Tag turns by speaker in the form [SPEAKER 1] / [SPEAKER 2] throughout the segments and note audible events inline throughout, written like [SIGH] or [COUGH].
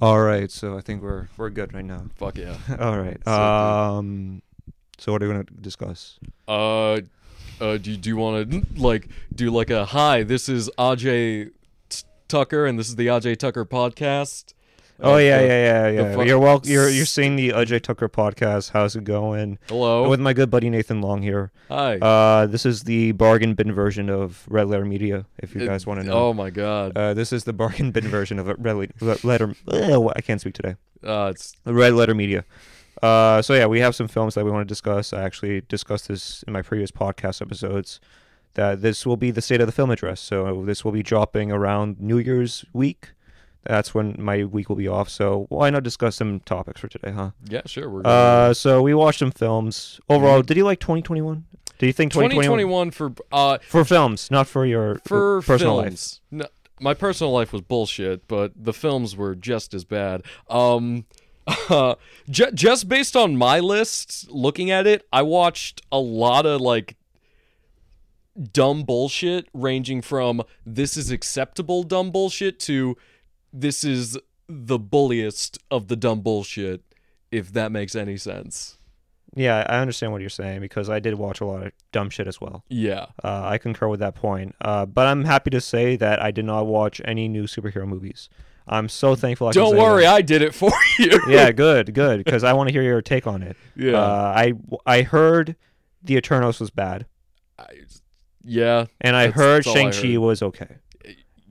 [SPEAKER 1] All right, so I think we're we're good right now. [LAUGHS]
[SPEAKER 2] Fuck yeah.
[SPEAKER 1] All right.
[SPEAKER 2] So good.
[SPEAKER 1] Um, so what are we gonna discuss?
[SPEAKER 2] Uh, uh do you, do you want to like do like a hi? This is Aj T- Tucker, and this is the Aj Tucker podcast.
[SPEAKER 1] Oh
[SPEAKER 2] Uh,
[SPEAKER 1] yeah,
[SPEAKER 2] the-
[SPEAKER 1] yeah, yeah, yeah.
[SPEAKER 2] fuck-
[SPEAKER 1] You're wel- You're you're seeing the Ajay Tucker podcast. How's it going?
[SPEAKER 2] Hello.
[SPEAKER 1] With my good buddy Nathan Long here.
[SPEAKER 2] hi.
[SPEAKER 1] Uh, this is the bargain bin version of Red Letter Media. If you
[SPEAKER 2] It-
[SPEAKER 1] guys want to know.
[SPEAKER 2] Oh my god.
[SPEAKER 1] Uh, this is the bargain bin version of Red Le- Le- [LAUGHS] Letter. Ugh, I can't speak today.
[SPEAKER 2] Uh, it's
[SPEAKER 1] Red Letter Media. Uh, so yeah, we have some films that we want to discuss. I actually discussed this in my previous podcast episodes. That this will be the state of the film address. So this will be dropping around New Year's week. That's when my week will be off. So why not discuss some topics for today, huh?
[SPEAKER 2] yeah, sure. We're
[SPEAKER 1] Uh, so we watched some films.
[SPEAKER 2] Mm-hmm.
[SPEAKER 1] Overall, did you like 2021? Do you think 2021
[SPEAKER 2] 2021 for uh
[SPEAKER 1] for films, not for your
[SPEAKER 2] for
[SPEAKER 1] personal life?
[SPEAKER 2] films. No, my personal life was bullshit, but the films were just as bad. Um, [LAUGHS] ju- just based on my list, looking at it, I watched a lot of like dumb bullshit, ranging from this is acceptable dumb bullshit to this is the bulliest of the dumb bullshit. If that makes any sense.
[SPEAKER 1] Yeah, I understand what you're saying because I did watch a lot of dumb shit as well.
[SPEAKER 2] Yeah.
[SPEAKER 1] Uh, I concur with that point. Uh, but I'm happy to say that I did not watch any new superhero movies. I'm so thankful. I can
[SPEAKER 2] Don't
[SPEAKER 1] say
[SPEAKER 2] worry,
[SPEAKER 1] that. Uh,
[SPEAKER 2] I did it for [LAUGHS] you.
[SPEAKER 1] yeah, good, good, because I want to hear your take on it.
[SPEAKER 2] Yeah.
[SPEAKER 1] Uh, I I heard the Eternals was bad,
[SPEAKER 2] I- yeah.
[SPEAKER 1] and I
[SPEAKER 2] That's-
[SPEAKER 1] heard
[SPEAKER 2] that's all I
[SPEAKER 1] Shang Chi
[SPEAKER 2] heard.
[SPEAKER 1] was okay.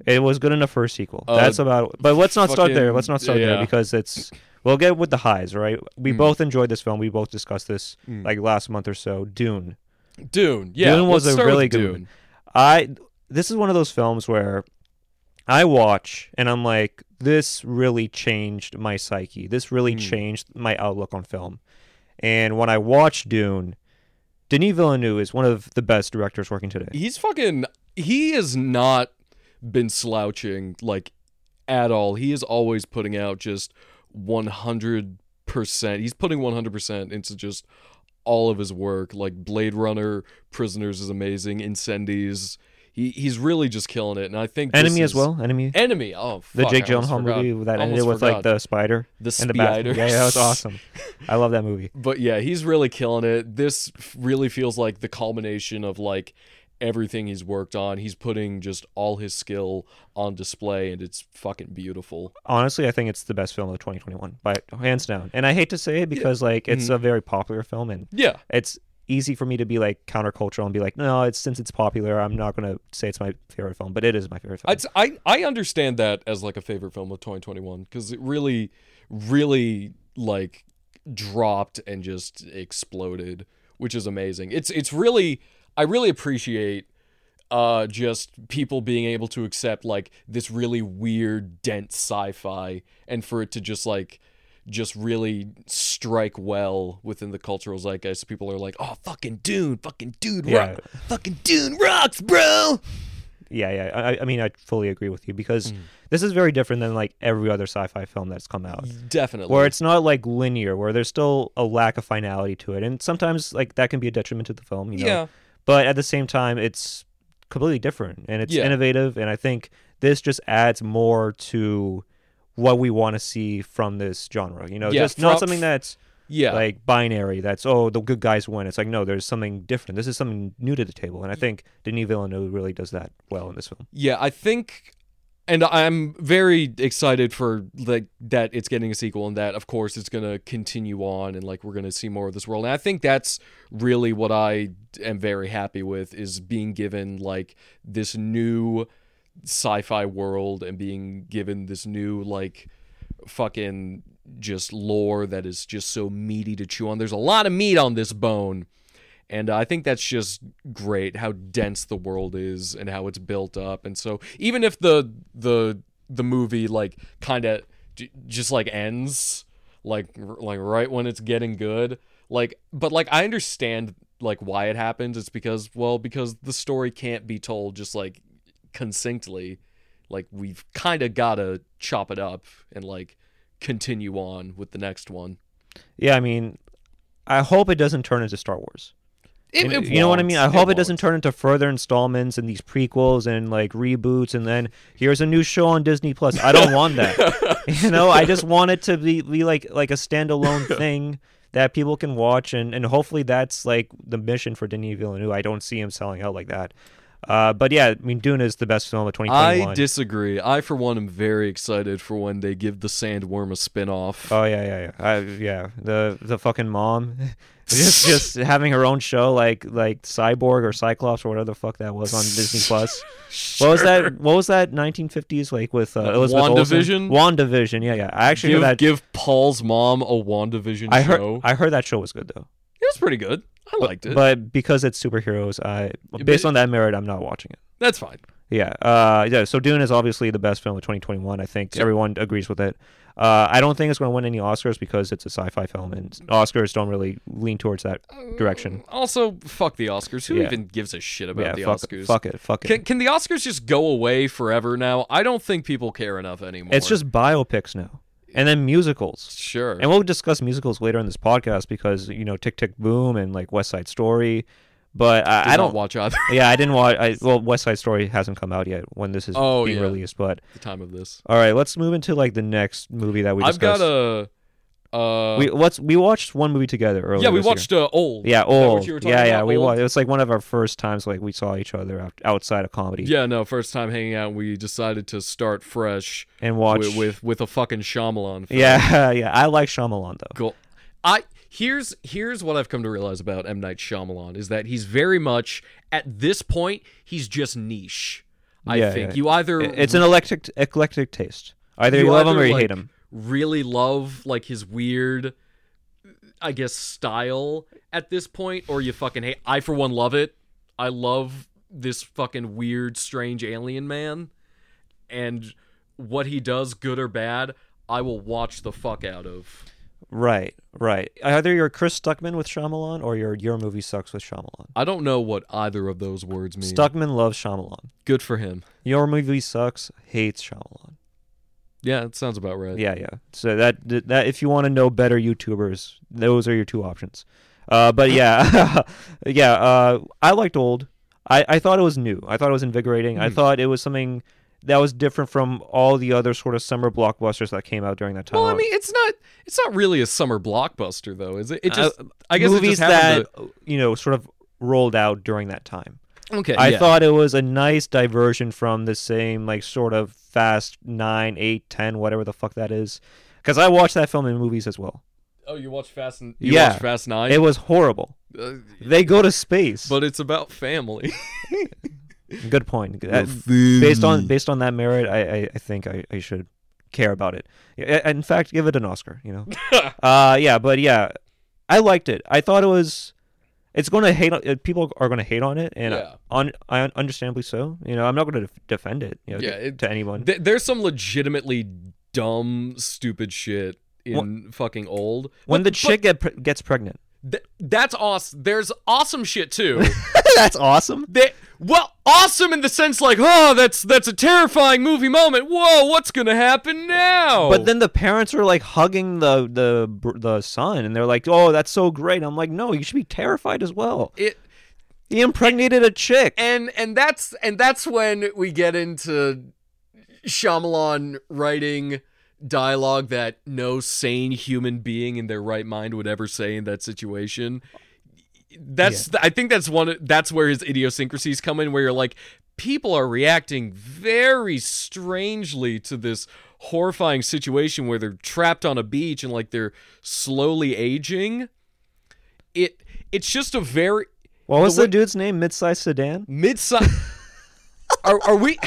[SPEAKER 1] It was good enough for a sequel.
[SPEAKER 2] Uh,
[SPEAKER 1] that's about. But let's not start there.
[SPEAKER 2] fucking-
[SPEAKER 1] Let's not start there
[SPEAKER 2] yeah.
[SPEAKER 1] because it's. We'll get with the highs, right? We
[SPEAKER 2] Mm.
[SPEAKER 1] both enjoyed this film. We both discussed this
[SPEAKER 2] Mm.
[SPEAKER 1] like last month or so. Dune.
[SPEAKER 2] Dune. Yeah,
[SPEAKER 1] Dune was
[SPEAKER 2] let's
[SPEAKER 1] a
[SPEAKER 2] start
[SPEAKER 1] really
[SPEAKER 2] with
[SPEAKER 1] good
[SPEAKER 2] Dune.
[SPEAKER 1] one. I this is one of those films where I watch and I'm like, this really changed my psyche. This really
[SPEAKER 2] Hmm.
[SPEAKER 1] changed my outlook on film. And when I watch Dune, Denis Villeneuve is one of the best directors working today.
[SPEAKER 2] He's fucking. He has not been slouching like at all. He is always putting out just one hundred percent. He's putting one hundred percent into just all of his work. Like Blade Runner, Prisoners is amazing. Incendies. He he's really just killing it. And I think this
[SPEAKER 1] Enemy as
[SPEAKER 2] is-
[SPEAKER 1] well. Enemy.
[SPEAKER 2] Enemy. Oh,
[SPEAKER 1] The
[SPEAKER 2] fuck,
[SPEAKER 1] Jake
[SPEAKER 2] I almost
[SPEAKER 1] Gyllenhaal
[SPEAKER 2] forgot.
[SPEAKER 1] movie that
[SPEAKER 2] I
[SPEAKER 1] ended
[SPEAKER 2] almost
[SPEAKER 1] with like
[SPEAKER 2] forgot.
[SPEAKER 1] the spider
[SPEAKER 2] the
[SPEAKER 1] and the bat.
[SPEAKER 2] spider.
[SPEAKER 1] Yeah, yeah, that
[SPEAKER 2] [LAUGHS]
[SPEAKER 1] was awesome. I love that movie.
[SPEAKER 2] but yeah, he's really killing it. This f- really feels like the culmination of like everything he's worked on. He's putting just all his skill on display, and it's fucking beautiful.
[SPEAKER 1] honestly, I think it's the best film of 2021, by
[SPEAKER 2] Oh,
[SPEAKER 1] hands down. And I hate to say it because like it's
[SPEAKER 2] Hmm.
[SPEAKER 1] a very popular film, and
[SPEAKER 2] Yeah,
[SPEAKER 1] it's easy for me to be like countercultural and be like, no, it's since it's popular, I'm not gonna say it's my favorite film, but it is my favorite film.
[SPEAKER 2] I'd, s- I I understand that as like a favorite film of 2021 because it really, really like dropped and just exploded, which is amazing. It's it's really I really appreciate uh just people being able to accept like this really weird dense sci-fi and for it to just like just really strike well within the cultural zeitgeist people are like oh fucking dune fucking dude
[SPEAKER 1] Yeah.
[SPEAKER 2] rock, fucking dune rocks bro
[SPEAKER 1] yeah, yeah. I, I mean, I fully agree with you because
[SPEAKER 2] Mm.
[SPEAKER 1] this is very different than like every other sci-fi film that's come out.
[SPEAKER 2] Mm. definitely
[SPEAKER 1] Where it's not like linear, where there's still a lack of finality to it, and sometimes like that can be a detriment to the film. You know?
[SPEAKER 2] yeah
[SPEAKER 1] but at the same time it's completely different and it's
[SPEAKER 2] Yeah.
[SPEAKER 1] innovative and i think this just adds more to what we want to see from this genre you know
[SPEAKER 2] Yeah,
[SPEAKER 1] just not
[SPEAKER 2] fro-
[SPEAKER 1] something that's
[SPEAKER 2] Yeah.
[SPEAKER 1] like binary that's oh the good guys win it's like no there's something different this is something new to the table and i think denis villeneuve really does that well in this film
[SPEAKER 2] yeah, I think and I'm very excited for like that it's getting a sequel and that of course it's going to continue on and like we're going to see more of this world. And I think that's really what I am very happy with is being given like this new sci-fi world and being given this new like fucking just lore that is just so meaty to chew on. There's a lot of meat on this bone. And uh, I think that's just great how dense the world is and how it's built up. And so even if the the the movie like kind of j- just like ends like r- like right when it's getting good, like but like I understand like why it happens. It's because well because the story can't be told just like concisely. Like we've kind of got to chop it up and like continue on with the next one.
[SPEAKER 1] yeah i mean i hope it doesn't turn into star wars
[SPEAKER 2] It,
[SPEAKER 1] And uh,
[SPEAKER 2] it
[SPEAKER 1] you know what I
[SPEAKER 2] won't.
[SPEAKER 1] mean? I hope it,
[SPEAKER 2] won't.
[SPEAKER 1] doesn't turn into further installments and these prequels and like reboots and then here's a new show on Disney Plus. I don't want
[SPEAKER 2] [LAUGHS]
[SPEAKER 1] that. [LAUGHS] you know, I just want it to be, be like like a
[SPEAKER 2] [LAUGHS]
[SPEAKER 1] standalone thing that people can watch and, and hopefully that's like the mission for Denis Villeneuve. I don't see him selling out like that. Uh, but yeah, I mean Dune is the best film of twenty twenty
[SPEAKER 2] I
[SPEAKER 1] one.
[SPEAKER 2] disagree. I, for one, am very excited for when they give the sandworm a spinoff.
[SPEAKER 1] Oh yeah, yeah, yeah, I, yeah. The the fucking mom, [LAUGHS] just just having her own show like like Cyborg or Cyclops or whatever the fuck that was on Disney
[SPEAKER 2] [LAUGHS]
[SPEAKER 1] Plus. What was that? What was that? 1950s like with uh, Elizabeth Olsen?
[SPEAKER 2] WandaVision?
[SPEAKER 1] WandaVision. Yeah, yeah. I actually
[SPEAKER 2] give,
[SPEAKER 1] heard that.
[SPEAKER 2] give Paul's mom a WandaVision
[SPEAKER 1] I heard.
[SPEAKER 2] show.
[SPEAKER 1] I heard that show was good though.
[SPEAKER 2] it was pretty good. I liked it.
[SPEAKER 1] But because it's superheroes, I based
[SPEAKER 2] but-
[SPEAKER 1] on that merit, I'm not watching it.
[SPEAKER 2] That's fine.
[SPEAKER 1] Yeah. Uh, yeah. So Dune is obviously the best film of 2021. I think everyone agrees with it. Uh, I don't think it's going to win any Oscars because it's a sci-fi film, and Oscars don't really lean towards that direction.
[SPEAKER 2] Also, fuck the Oscars. Who
[SPEAKER 1] Yeah.
[SPEAKER 2] even gives a shit Oh, about
[SPEAKER 1] yeah.
[SPEAKER 2] the
[SPEAKER 1] fuck,
[SPEAKER 2] Oscars?
[SPEAKER 1] fuck it. Fuck it.
[SPEAKER 2] Can, can the Oscars just go away forever now? I don't think people care enough anymore.
[SPEAKER 1] it's just biopics now, and then musicals.
[SPEAKER 2] sure.
[SPEAKER 1] And we'll discuss musicals later in this podcast because you know Tick Tick Boom and like West Side Story, but I, I
[SPEAKER 2] Did
[SPEAKER 1] don't.
[SPEAKER 2] not watch either at
[SPEAKER 1] yeah, I didn't watch. I, well, West Side Story hasn't come out yet when this is
[SPEAKER 2] Oh,
[SPEAKER 1] being
[SPEAKER 2] yeah.
[SPEAKER 1] released. But
[SPEAKER 2] the time of this.
[SPEAKER 1] all right, let's move into like the next movie that we
[SPEAKER 2] I've
[SPEAKER 1] discussed.
[SPEAKER 2] got a. Uh,
[SPEAKER 1] we let's we watched one movie together earlier.
[SPEAKER 2] yeah, we
[SPEAKER 1] this year.
[SPEAKER 2] watched uh, old.
[SPEAKER 1] Yeah,
[SPEAKER 2] Is that what
[SPEAKER 1] old.
[SPEAKER 2] you were talking
[SPEAKER 1] Yeah, yeah,
[SPEAKER 2] about?
[SPEAKER 1] we
[SPEAKER 2] Old?
[SPEAKER 1] watched. It was like one of our first times like we saw each other out- outside of comedy.
[SPEAKER 2] Yeah, no. First time hanging out, we decided to start fresh
[SPEAKER 1] and watch
[SPEAKER 2] with, with with a fucking Shyamalan.
[SPEAKER 1] [LAUGHS]
[SPEAKER 2] Film.
[SPEAKER 1] Yeah, [LAUGHS] yeah. I like Shyamalan though.
[SPEAKER 2] Cool. I here's here's what I've come to realize about M Night Shyamalan is that he's very much at this point he's just niche. I
[SPEAKER 1] Yeah,
[SPEAKER 2] think
[SPEAKER 1] yeah.
[SPEAKER 2] you either
[SPEAKER 1] It- It's an eclectic eclectic taste. Either you, love him
[SPEAKER 2] either,
[SPEAKER 1] or you
[SPEAKER 2] like,
[SPEAKER 1] hate him.
[SPEAKER 2] Really love like his weird, I guess style at this point, or you fucking hate. I for one love it. I love this fucking weird, strange alien man, and what he does, good or bad, I will watch the fuck out of.
[SPEAKER 1] Right, right. Either you're Chris Stuckman with Shyamalan or your your movie sucks with Shyamalan.
[SPEAKER 2] I don't know what either of those words mean.
[SPEAKER 1] Stuckman loves Shyamalan.
[SPEAKER 2] Good for him.
[SPEAKER 1] Your movie sucks hates Shyamalan.
[SPEAKER 2] Yeah, it sounds about right.
[SPEAKER 1] Yeah, yeah. So that that if you want to know better YouTubers, those are your two options. Uh, but yeah, [LAUGHS] yeah. Uh, I liked old. I, I thought it was new. I thought it was invigorating.
[SPEAKER 2] Hmm.
[SPEAKER 1] I thought it was something that was different from all the other sort of summer blockbusters that came out during that time.
[SPEAKER 2] Well, I mean, it's not it's not really a summer blockbuster though, is it? It just I guess it
[SPEAKER 1] Uh, movies
[SPEAKER 2] just happened
[SPEAKER 1] that you know sort of rolled out during that time.
[SPEAKER 2] to- okay.
[SPEAKER 1] I
[SPEAKER 2] yeah.
[SPEAKER 1] thought it was a nice diversion from the same like sort of fast 9, 8, 10, whatever the fuck that is. Because I watched that film in movies as well.
[SPEAKER 2] Oh, you watch Fast and you
[SPEAKER 1] Yeah.
[SPEAKER 2] watch Fast Nine,
[SPEAKER 1] It was horrible.
[SPEAKER 2] Uh,
[SPEAKER 1] They go to space.
[SPEAKER 2] but it's
[SPEAKER 1] [LAUGHS]
[SPEAKER 2] about family.
[SPEAKER 1] Good point. Uh, based on
[SPEAKER 2] [LAUGHS]
[SPEAKER 1] based on that merit, I I, I think I, I should care about it. Yeah, In fact, give it an Oscar.
[SPEAKER 2] [LAUGHS]
[SPEAKER 1] You know. uh, yeah, but yeah, I liked it. I thought it was. It's going to hate. on- uh, People are going to hate on it, and
[SPEAKER 2] Yeah.
[SPEAKER 1] on I understandably so. You know, I'm not going to def- defend it. You know,
[SPEAKER 2] Yeah,
[SPEAKER 1] to,
[SPEAKER 2] it-
[SPEAKER 1] to anyone.
[SPEAKER 2] Th- there's some legitimately dumb, stupid shit in fucking old.
[SPEAKER 1] when the
[SPEAKER 2] But-
[SPEAKER 1] chick get pre- gets pregnant.
[SPEAKER 2] but th- that's awesome. There's awesome shit too.
[SPEAKER 1] [LAUGHS]
[SPEAKER 2] [LAUGHS]
[SPEAKER 1] That's awesome.
[SPEAKER 2] that well, awesome in the sense like, oh, that's that's a terrifying movie moment. Whoa, what's gonna happen now?
[SPEAKER 1] But then the parents are like hugging the the br- the son, and they're like, "Oh, that's so great." I'm like, "No, you should be terrified as well."
[SPEAKER 2] it.
[SPEAKER 1] He impregnated a chick.
[SPEAKER 2] and and that's and that's when we get into Shyamalan writing dialogue that no sane human being in their right mind would ever say in that situation. That's I think that's one that's where his idiosyncrasies come in where you're like people are reacting very strangely to this horrifying situation where they're trapped on a beach and like they're slowly aging. It it's just a very
[SPEAKER 1] What was
[SPEAKER 2] the
[SPEAKER 1] the,
[SPEAKER 2] way-
[SPEAKER 1] dude's name? Midsize sedan.
[SPEAKER 2] Midsummer. are, are we?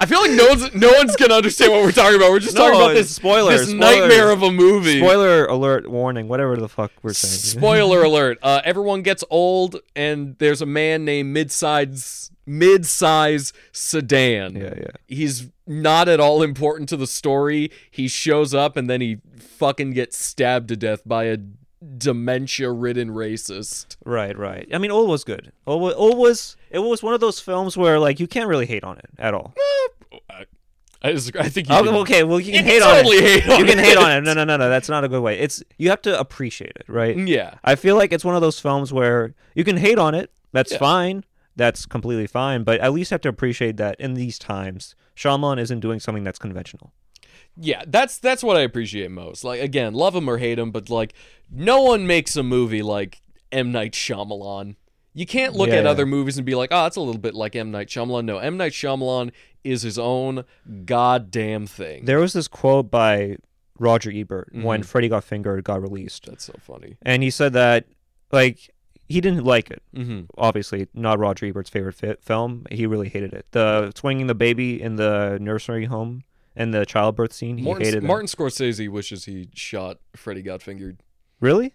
[SPEAKER 2] I feel like no one's no one's gonna understand what we're talking about. We're just
[SPEAKER 1] No,
[SPEAKER 2] talking about this
[SPEAKER 1] it's spoiler,
[SPEAKER 2] this
[SPEAKER 1] spoiler.
[SPEAKER 2] nightmare of a movie.
[SPEAKER 1] Spoiler alert! Warning! Whatever the fuck we're saying.
[SPEAKER 2] Spoiler alert! Uh, everyone gets old, and there's a man named Midsize Midsize
[SPEAKER 1] [LAUGHS]
[SPEAKER 2] Sedan.
[SPEAKER 1] yeah, yeah.
[SPEAKER 2] He's not at all important to the story. He shows up, and then he fucking gets stabbed to death by a dementia-ridden racist.
[SPEAKER 1] Right, right. I mean, old was good. Old was, old was it was one of those films where like you can't really hate on it at all.
[SPEAKER 2] I, just, I think you
[SPEAKER 1] Oh,
[SPEAKER 2] did-
[SPEAKER 1] okay, well you
[SPEAKER 2] You
[SPEAKER 1] can
[SPEAKER 2] can
[SPEAKER 1] hate on
[SPEAKER 2] totally
[SPEAKER 1] it.
[SPEAKER 2] hate on
[SPEAKER 1] you can hate on
[SPEAKER 2] it.
[SPEAKER 1] it. No, no, no, no. That's not a good way. It's you have to appreciate it, right?
[SPEAKER 2] Yeah.
[SPEAKER 1] I feel like it's one of those films where you can hate on it. That's
[SPEAKER 2] Yeah.
[SPEAKER 1] fine. That's completely fine. But at least have to appreciate that in these times, Shyamalan isn't doing something that's conventional.
[SPEAKER 2] Yeah, that's that's what I appreciate most. Like again, love him or hate him, but like no one makes a movie like M Night Shyamalan. You can't look at
[SPEAKER 1] Yeah.
[SPEAKER 2] other movies and be like, "Oh, that's a little bit like M Night Shyamalan." No, M Night Shyamalan is his own goddamn thing.
[SPEAKER 1] There was this quote by Roger Ebert when
[SPEAKER 2] Mhm.
[SPEAKER 1] Freddy Got Fingered got released,
[SPEAKER 2] that's so funny.
[SPEAKER 1] and he said that like he didn't like it.
[SPEAKER 2] hmm
[SPEAKER 1] Obviously, not Roger Ebert's favorite fi- film. He really hated it. The swinging the baby in the nursery home and the childbirth scene. He hated
[SPEAKER 2] Martin,
[SPEAKER 1] that.
[SPEAKER 2] Martin Scorsese wishes he shot Freddy
[SPEAKER 1] [LAUGHS]
[SPEAKER 2] Got Fingered.
[SPEAKER 1] Really?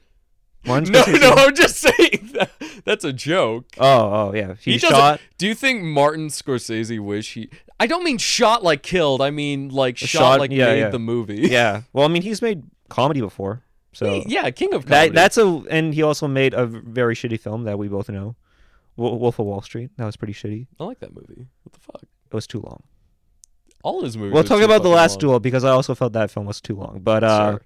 [SPEAKER 1] Martin
[SPEAKER 2] [LAUGHS] No,
[SPEAKER 1] Scorsese-
[SPEAKER 2] no, I'm just saying that, that's a joke.
[SPEAKER 1] Oh, oh yeah. He,
[SPEAKER 2] He doesn't- [LAUGHS]
[SPEAKER 1] shot
[SPEAKER 2] Do you think Martin Scorsese wish he? I don't mean shot like killed. I mean like shot,
[SPEAKER 1] shot-
[SPEAKER 2] like
[SPEAKER 1] yeah,
[SPEAKER 2] made
[SPEAKER 1] yeah.
[SPEAKER 2] the movie.
[SPEAKER 1] yeah. Well, I mean, he's made comedy before, so
[SPEAKER 2] He- yeah, king of comedy.
[SPEAKER 1] that that's a. And he also made a very shitty film that we both know, Wo- Wolf of Wall Street. That was pretty shitty.
[SPEAKER 2] I like that movie. What the fuck?
[SPEAKER 1] It was too long.
[SPEAKER 2] All his movies.
[SPEAKER 1] We'll
[SPEAKER 2] are
[SPEAKER 1] talk
[SPEAKER 2] too
[SPEAKER 1] about the
[SPEAKER 2] fucking
[SPEAKER 1] last
[SPEAKER 2] long.
[SPEAKER 1] duel because I also felt that film was too long. But uh,
[SPEAKER 2] Sure.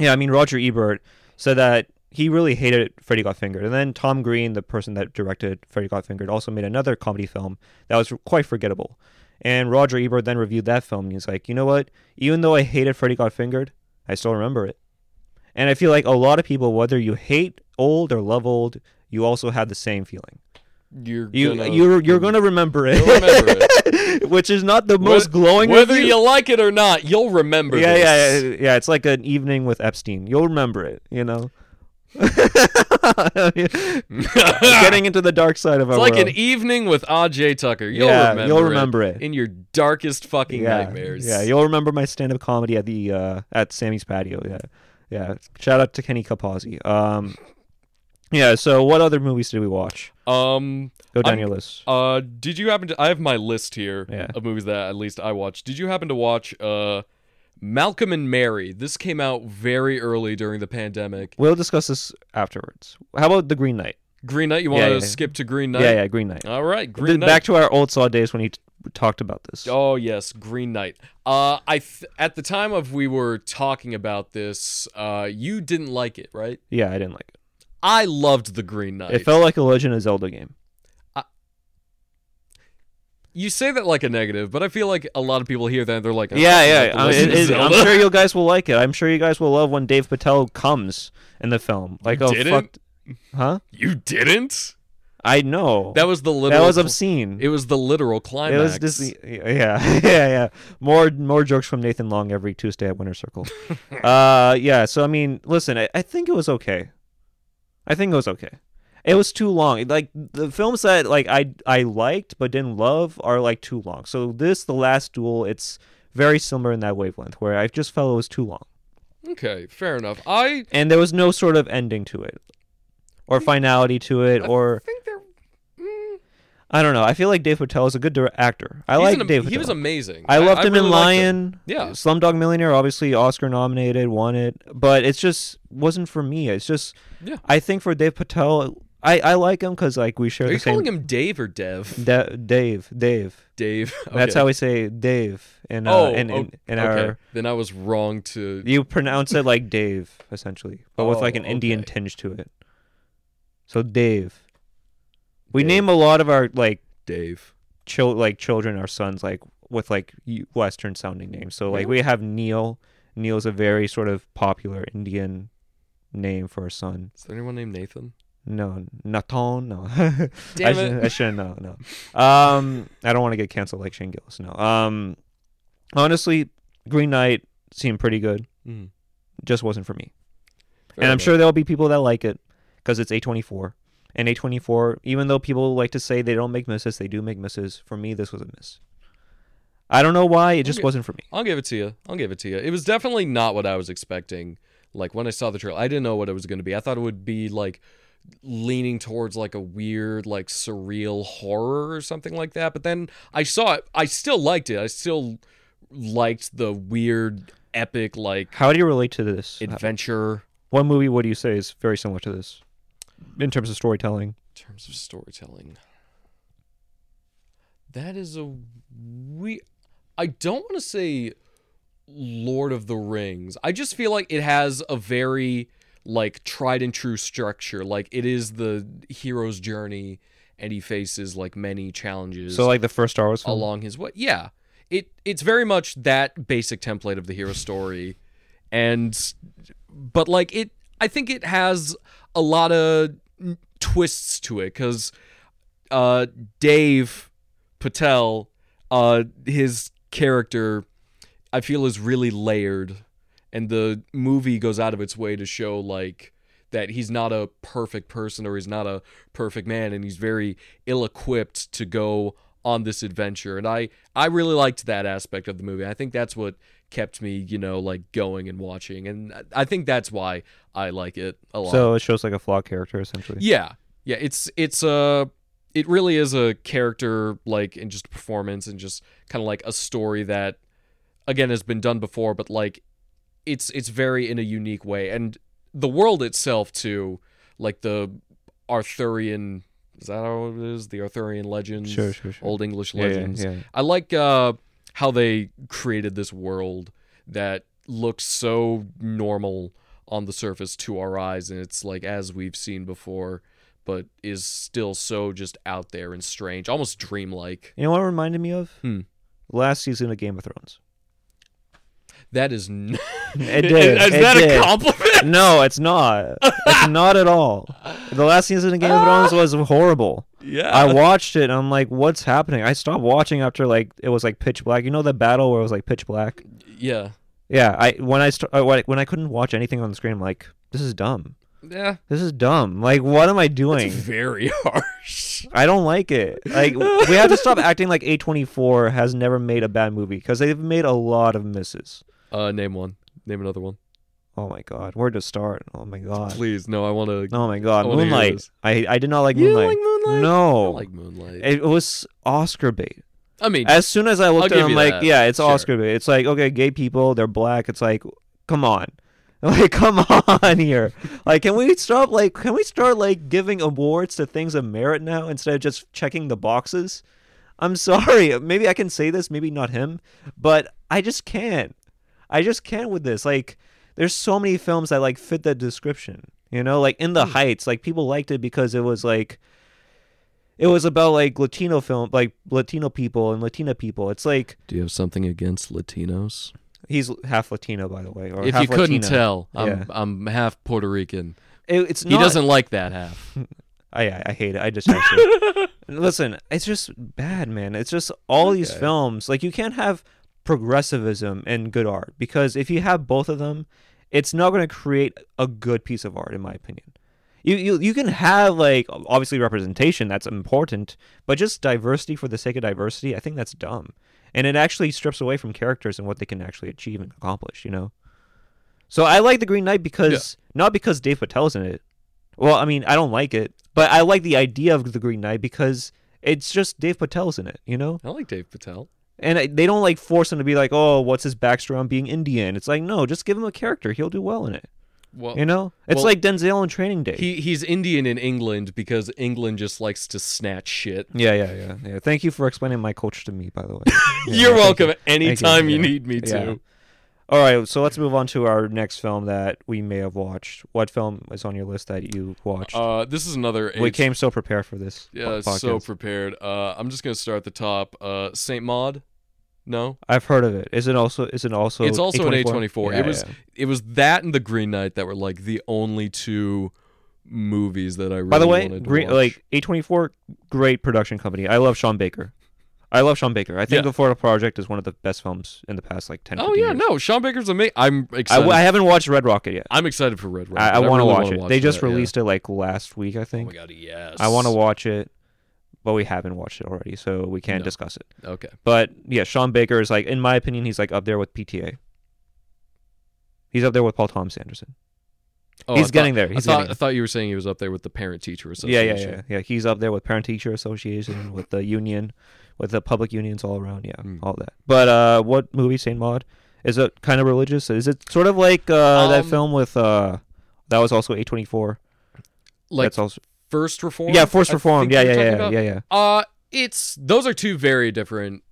[SPEAKER 1] yeah, I mean, Roger Ebert said that he really hated Freddy Got Fingered, and then Tom Green, the person that directed Freddy Got Fingered, also made another comedy film that was quite forgettable. And Roger Ebert then reviewed that film, and he's like, you know what? Even though I hated Freddy Got Fingered, I still remember it. And I feel like a lot of people, whether you hate old or love old, you also have the same feeling.
[SPEAKER 2] You're
[SPEAKER 1] You
[SPEAKER 2] gonna,
[SPEAKER 1] you're you're gonna remember it,
[SPEAKER 2] [LAUGHS] You'll remember
[SPEAKER 1] which is not the [LAUGHS] most glowing.
[SPEAKER 2] Whether
[SPEAKER 1] review.
[SPEAKER 2] you like it or not, you'll remember.
[SPEAKER 1] Yeah, yeah,
[SPEAKER 2] this.
[SPEAKER 1] yeah, yeah. It's like an evening with Epstein. You'll remember it, you
[SPEAKER 2] [LAUGHS]
[SPEAKER 1] know. Getting into the dark side of
[SPEAKER 2] It's
[SPEAKER 1] our
[SPEAKER 2] like
[SPEAKER 1] world.
[SPEAKER 2] an evening with Aj Tucker. You'll
[SPEAKER 1] yeah,
[SPEAKER 2] remember.
[SPEAKER 1] you'll
[SPEAKER 2] it
[SPEAKER 1] remember it.
[SPEAKER 2] in your darkest fucking
[SPEAKER 1] yeah,
[SPEAKER 2] nightmares.
[SPEAKER 1] yeah. You'll remember my stand-up comedy at the uh, at Sammy's patio. Yeah, yeah. Shout out to Kenny Capazzi. Um, yeah. So, what other movies did we watch?
[SPEAKER 2] Um.
[SPEAKER 1] Go down
[SPEAKER 2] I'm-
[SPEAKER 1] your list.
[SPEAKER 2] Uh. Did you happen to? I have my list here
[SPEAKER 1] Yeah.
[SPEAKER 2] of movies that at least I watched. Did you happen to watch? Uh. Malcolm and Mary. This came out very early during the pandemic.
[SPEAKER 1] We'll discuss this afterwards. How about the Green Knight?
[SPEAKER 2] Green Knight. You want to
[SPEAKER 1] yeah.
[SPEAKER 2] skip to Green Knight?
[SPEAKER 1] Yeah, yeah. Green Knight.
[SPEAKER 2] All right.
[SPEAKER 1] Th-
[SPEAKER 2] Green Knight.
[SPEAKER 1] Back to our old Saw days when he t- talked about this.
[SPEAKER 2] Oh yes, Green Knight. Uh, I th- at the time of we were talking about this, uh, you didn't like it, right?
[SPEAKER 1] Yeah, I didn't like it.
[SPEAKER 2] I loved the Green Knight.
[SPEAKER 1] It felt like a Legend of Zelda game.
[SPEAKER 2] you say that like a negative, but I feel like a lot of people hear that and they're like, "Oh,
[SPEAKER 1] Yeah,
[SPEAKER 2] I
[SPEAKER 1] yeah.
[SPEAKER 2] like
[SPEAKER 1] I
[SPEAKER 2] the
[SPEAKER 1] mean,
[SPEAKER 2] Legend
[SPEAKER 1] it-
[SPEAKER 2] of
[SPEAKER 1] it- I'm
[SPEAKER 2] Zelda."
[SPEAKER 1] sure you guys will like it. I'm sure you guys will love when Dave Patel comes in the film. Like, oh,
[SPEAKER 2] didn't?
[SPEAKER 1] fuck. Huh?
[SPEAKER 2] [LAUGHS] you didn't.
[SPEAKER 1] I know.
[SPEAKER 2] That was the literal.
[SPEAKER 1] That was obscene.
[SPEAKER 2] It was the literal
[SPEAKER 1] It
[SPEAKER 2] climax.
[SPEAKER 1] was just, yeah, [LAUGHS] yeah, yeah. More, more jokes from Nathan Long every Tuesday at Winter
[SPEAKER 2] [LAUGHS]
[SPEAKER 1] Circle. uh, yeah. So I mean, listen, I, I think it was okay. I think it was okay. It was too long. Like the films that like I I liked but didn't love are like too long. So this, The Last Duel, it's very similar in that wavelength where I just felt it was too long.
[SPEAKER 2] okay, fair enough. I
[SPEAKER 1] and there was no sort of ending to it or finality to it or
[SPEAKER 2] think there. Mm,
[SPEAKER 1] i don't know i feel like dave patel is a good dir- actor i
[SPEAKER 2] he's
[SPEAKER 1] like
[SPEAKER 2] an am-
[SPEAKER 1] dave
[SPEAKER 2] He
[SPEAKER 1] patel
[SPEAKER 2] was amazing.
[SPEAKER 1] i loved him
[SPEAKER 2] really
[SPEAKER 1] in
[SPEAKER 2] liked him.
[SPEAKER 1] lion
[SPEAKER 2] Yeah.
[SPEAKER 1] slumdog millionaire obviously oscar nominated won it but it's just wasn't for me it's just
[SPEAKER 2] Yeah.
[SPEAKER 1] i think for dave patel i i like him because like we share
[SPEAKER 2] Are
[SPEAKER 1] the
[SPEAKER 2] you
[SPEAKER 1] same
[SPEAKER 2] calling him Dave or Dev?
[SPEAKER 1] Da- dave dave
[SPEAKER 2] Dave. Okay.
[SPEAKER 1] that's how we say dave in uh,
[SPEAKER 2] oh,
[SPEAKER 1] in, in,
[SPEAKER 2] o-
[SPEAKER 1] in
[SPEAKER 2] okay.
[SPEAKER 1] our
[SPEAKER 2] Then I was wrong to
[SPEAKER 1] you pronounce it like dave essentially but with like
[SPEAKER 2] Oh,
[SPEAKER 1] an indian
[SPEAKER 2] okay.
[SPEAKER 1] tinge to it so dave we
[SPEAKER 2] Dave.
[SPEAKER 1] name a lot of our like
[SPEAKER 2] Dave.
[SPEAKER 1] chil- like children our sons like with like western sounding names so like
[SPEAKER 2] Yeah.
[SPEAKER 1] we have neil neil's a very sort of popular indian name for a son
[SPEAKER 2] Is there anyone named Nathan?
[SPEAKER 1] no natan no [LAUGHS] I
[SPEAKER 2] Damn
[SPEAKER 1] shouldn't-
[SPEAKER 2] it.
[SPEAKER 1] I shouldn't know. No. Um, I don't want to get canceled like Shane Gillis. No. Um, honestly, Green Knight seemed pretty good.
[SPEAKER 2] Mhm.
[SPEAKER 1] Just wasn't for me.
[SPEAKER 2] Fair
[SPEAKER 1] and I'm
[SPEAKER 2] enough.
[SPEAKER 1] sure there'll be people that like it because it's A24. And A24, even though people like to say they don't make misses, they do make misses. For me, this was a miss. I don't know why. It just
[SPEAKER 2] Okay.
[SPEAKER 1] wasn't for me.
[SPEAKER 2] I'll give it to you. I'll give it to you. It was definitely not what I was expecting. Like when I saw the trailer, I didn't know what it was going to be. I thought it would be like leaning towards like a weird, like surreal horror or something like that. But then I saw it. I still liked it. I still liked the weird, epic, like
[SPEAKER 1] How do you relate to this?
[SPEAKER 2] adventure
[SPEAKER 1] What movie would you say is very similar to this in terms of storytelling?
[SPEAKER 2] in terms of storytelling. That is a we. I don't want to say Lord of the Rings. I just feel like it has a very like tried and true structure. Like it is the hero's journey and he faces like many challenges
[SPEAKER 1] So like the first Star Wars film.
[SPEAKER 2] along his way. Yeah. It it's very much that basic template of the hero story and but like it I think it has a lot of n- twists to it cuz uh Dave Patel uh his character I feel is really layered and the movie goes out of its way to show like that he's not a perfect person or he's not a perfect man and he's very ill-equipped to go on this adventure and I I really liked that aspect of the movie. I think that's what kept me, you know, like going and watching and I- I think that's why I like it a lot.
[SPEAKER 1] So it shows like a flawed character essentially.
[SPEAKER 2] Yeah, yeah. It's it's a it really is a character like and just performance and just kind of like a story that again has been done before, but like it's it's very in a unique way and the world itself too, like the Arthurian. Is that how it is? The Arthurian legends,
[SPEAKER 1] Sure, sure, sure.
[SPEAKER 2] old English
[SPEAKER 1] Yeah, yeah,
[SPEAKER 2] legends.
[SPEAKER 1] yeah.
[SPEAKER 2] I like uh, how they created this world that looks so normal on the surface to our eyes, and it's like as we've seen before, but is still so just out there and strange, almost dreamlike.
[SPEAKER 1] You know what it reminded me of?
[SPEAKER 2] Hmm.
[SPEAKER 1] Last season of Game of
[SPEAKER 2] [LAUGHS]
[SPEAKER 1] Thrones.
[SPEAKER 2] That is, n-
[SPEAKER 1] [LAUGHS] It did.
[SPEAKER 2] [LAUGHS] is
[SPEAKER 1] it
[SPEAKER 2] that
[SPEAKER 1] did. [LAUGHS]
[SPEAKER 2] a compliment?
[SPEAKER 1] No, it's not. it's not at
[SPEAKER 2] [LAUGHS]
[SPEAKER 1] all. The last season of Game of Thrones was horrible.
[SPEAKER 2] yeah, [LAUGHS]
[SPEAKER 1] I watched it and I'm like, what's happening? I stopped watching after like it was like pitch black. You know the battle where it was like pitch black?
[SPEAKER 2] yeah,
[SPEAKER 1] Yeah, I when I st- uh, when I- when I couldn't watch anything on the screen, I'm like, this is dumb.
[SPEAKER 2] yeah.
[SPEAKER 1] This is dumb. Like, what am I doing?
[SPEAKER 2] It's very [LAUGHS] harsh.
[SPEAKER 1] I don't like it. Like, we have to
[SPEAKER 2] [LAUGHS]
[SPEAKER 1] stop acting like A24 has never made a bad movie because they've made a lot of misses.
[SPEAKER 2] Uh, name one. Name another one,
[SPEAKER 1] Oh my god, where to start? Oh my god.
[SPEAKER 2] please. No, I want to.
[SPEAKER 1] Oh my god,
[SPEAKER 2] I wanna hear
[SPEAKER 1] Moonlight.
[SPEAKER 2] this.
[SPEAKER 1] I I did not like
[SPEAKER 2] You didn't
[SPEAKER 1] Moonlight.
[SPEAKER 2] like Moonlight?
[SPEAKER 1] No,
[SPEAKER 2] I like Moonlight.
[SPEAKER 1] it was Oscar bait.
[SPEAKER 2] I mean,
[SPEAKER 1] As soon as I looked
[SPEAKER 2] give
[SPEAKER 1] at it, I'm
[SPEAKER 2] you
[SPEAKER 1] like,
[SPEAKER 2] that.
[SPEAKER 1] yeah, it's
[SPEAKER 2] Sure.
[SPEAKER 1] Oscar bait. It's like, okay, gay people, they're black. It's like, come on. [LAUGHS] Like, come on here. Like, can we stop, like, can we start, like, giving awards to things of merit now instead of just checking the boxes? I'm sorry. [LAUGHS] Maybe I can say this, maybe not him, but I just can't. I just can't with this. Like, there's so many films that, like, fit that description. You know, like, In the
[SPEAKER 2] Hmm.
[SPEAKER 1] Heights, like, people liked it because it was, like, it was about like Latino film, like Latino people and Latina people. It's like
[SPEAKER 2] do you have something against Latinos?
[SPEAKER 1] he's half Latino, by the way, or
[SPEAKER 2] if
[SPEAKER 1] half
[SPEAKER 2] you couldn't
[SPEAKER 1] Latina.
[SPEAKER 2] tell, I'm
[SPEAKER 1] Yeah.
[SPEAKER 2] I'm half Puerto Rican.
[SPEAKER 1] It- it's
[SPEAKER 2] He
[SPEAKER 1] not.
[SPEAKER 2] doesn't like that half.
[SPEAKER 1] I I- I hate it. I just actually- listen. It's just bad, man. It's just all these
[SPEAKER 2] Okay.
[SPEAKER 1] films. Like you can't have progressivism and good art because if you have both of them, it's not going to create a good piece of art, in my opinion. You, you you can have like obviously representation that's important, but just diversity for the sake of diversity, I think that's dumb, and it actually strips away from characters and what they can actually achieve and accomplish. You know. So I like the Green Knight because not because Dave Patel's in it. Well, I mean, I don't like it, but I like the idea of the Green Knight because it's just Dave Patel's in it, you know.
[SPEAKER 2] I like Dave Patel.
[SPEAKER 1] And I- they don't like force him to be like, oh, what's his backstory on being Indian? It's like, no, just give him a character; he'll do well in it,
[SPEAKER 2] Well,
[SPEAKER 1] you know. It's
[SPEAKER 2] well-
[SPEAKER 1] like Denzel in Training Day.
[SPEAKER 2] he he's Indian in England because England just likes to snatch shit.
[SPEAKER 1] yeah, yeah, yeah, yeah. Thank you for explaining my culture to me, by
[SPEAKER 2] [LAUGHS]
[SPEAKER 1] the way. Yeah,
[SPEAKER 2] You're
[SPEAKER 1] thank
[SPEAKER 2] welcome.
[SPEAKER 1] you.
[SPEAKER 2] Anytime you
[SPEAKER 1] yeah,
[SPEAKER 2] need me
[SPEAKER 1] yeah.
[SPEAKER 2] to.
[SPEAKER 1] All right, so let's move on to our next film that we may have watched. What film is on your list that you watched?
[SPEAKER 2] Uh, this is another.
[SPEAKER 1] we
[SPEAKER 2] age-
[SPEAKER 1] came so prepared for this. po-
[SPEAKER 2] Yeah,
[SPEAKER 1] podcast.
[SPEAKER 2] so prepared. Uh, I'm just gonna start at the top. Uh, Saint Maud. No,
[SPEAKER 1] I've heard of it. Is it also? Is it also?
[SPEAKER 2] it's also an
[SPEAKER 1] A24?
[SPEAKER 2] A24.
[SPEAKER 1] Yeah,
[SPEAKER 2] it was
[SPEAKER 1] yeah.
[SPEAKER 2] it was that and the Green Knight that were like the only two movies that I really
[SPEAKER 1] By the way,
[SPEAKER 2] wanted to
[SPEAKER 1] Green,
[SPEAKER 2] watch.
[SPEAKER 1] like A24, great production company. I love Sean Baker. I love Sean Baker. I think
[SPEAKER 2] Yeah.
[SPEAKER 1] The Florida Project is one of the best films in the past like 10
[SPEAKER 2] oh
[SPEAKER 1] 15
[SPEAKER 2] yeah,
[SPEAKER 1] years.
[SPEAKER 2] no, Sean Baker's amazing. I'm
[SPEAKER 1] I,
[SPEAKER 2] excited.
[SPEAKER 1] w- I haven't watched Red Rocket yet.
[SPEAKER 2] I'm excited for Red Rocket.
[SPEAKER 1] I, I want to
[SPEAKER 2] really
[SPEAKER 1] watch
[SPEAKER 2] wanna
[SPEAKER 1] it. they just
[SPEAKER 2] that, yeah.
[SPEAKER 1] released it like last week, I
[SPEAKER 2] Oh
[SPEAKER 1] think.
[SPEAKER 2] my god, yes.
[SPEAKER 1] I want to watch it, but we haven't watched it already, so we can't
[SPEAKER 2] No.
[SPEAKER 1] discuss it.
[SPEAKER 2] Okay.
[SPEAKER 1] But yeah, Sean Baker is like, in my opinion, he's like up there with PTA. He's up there with Paul Thomas Anderson.
[SPEAKER 2] Oh,
[SPEAKER 1] he's
[SPEAKER 2] I thought-
[SPEAKER 1] getting there. He's
[SPEAKER 2] I thought,
[SPEAKER 1] getting
[SPEAKER 2] I thought you were saying he was up there with the Parent Teacher
[SPEAKER 1] yeah,
[SPEAKER 2] Association.
[SPEAKER 1] yeah, yeah, yeah. He's up there with Parent Teacher Association, with the union, with the public unions all around. Yeah,
[SPEAKER 2] Mm.
[SPEAKER 1] all that. But uh, what movie, Saint Maud? Is it kind of religious? Is it sort of like uh, that
[SPEAKER 2] Um,
[SPEAKER 1] film with uh, that was also A twenty four?
[SPEAKER 2] Like
[SPEAKER 1] That's also
[SPEAKER 2] First Reform.
[SPEAKER 1] yeah, Force
[SPEAKER 2] I
[SPEAKER 1] Reform.
[SPEAKER 2] think
[SPEAKER 1] Yeah,
[SPEAKER 2] you were
[SPEAKER 1] yeah,
[SPEAKER 2] talking
[SPEAKER 1] yeah,
[SPEAKER 2] about?
[SPEAKER 1] yeah, yeah.
[SPEAKER 2] Uh, it's those are two very different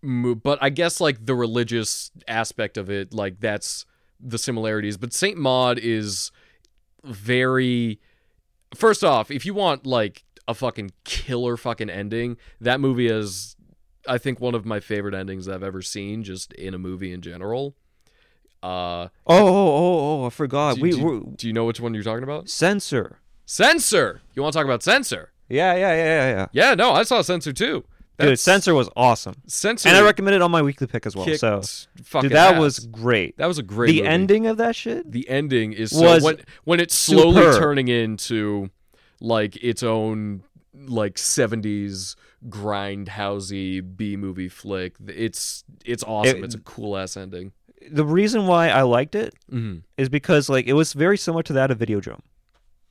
[SPEAKER 2] mo- but I guess like the religious aspect of it, like that's the similarities. But Saint Maud is very. First off, if you want like a fucking killer fucking ending, that movie is, I think, one of my favorite endings I've ever seen, just in a movie in general. Uh,
[SPEAKER 1] Oh, oh, oh, oh! I forgot.
[SPEAKER 2] Do-
[SPEAKER 1] we
[SPEAKER 2] do-
[SPEAKER 1] were
[SPEAKER 2] do you know which one you're talking about?
[SPEAKER 1] censor.
[SPEAKER 2] Censor. You want to talk about censor?
[SPEAKER 1] Yeah, yeah, yeah, yeah, yeah.
[SPEAKER 2] Yeah, no, I saw censor too.
[SPEAKER 1] Dude, censor was awesome,
[SPEAKER 2] Censor.
[SPEAKER 1] and I recommend it on my weekly pick as well.
[SPEAKER 2] kicked
[SPEAKER 1] So,
[SPEAKER 2] fucking
[SPEAKER 1] dude, that
[SPEAKER 2] ass.
[SPEAKER 1] was great.
[SPEAKER 2] that was a great.
[SPEAKER 1] The
[SPEAKER 2] movie.
[SPEAKER 1] ending of that shit.
[SPEAKER 2] The ending is so
[SPEAKER 1] was
[SPEAKER 2] when when it's slowly
[SPEAKER 1] superb.
[SPEAKER 2] turning into like its own like seventies grindhousey B movie flick. It's it's awesome.
[SPEAKER 1] It-
[SPEAKER 2] it's a cool ass ending.
[SPEAKER 1] The reason why I liked it
[SPEAKER 2] hmm
[SPEAKER 1] is because like it was very similar to that of Videodrome,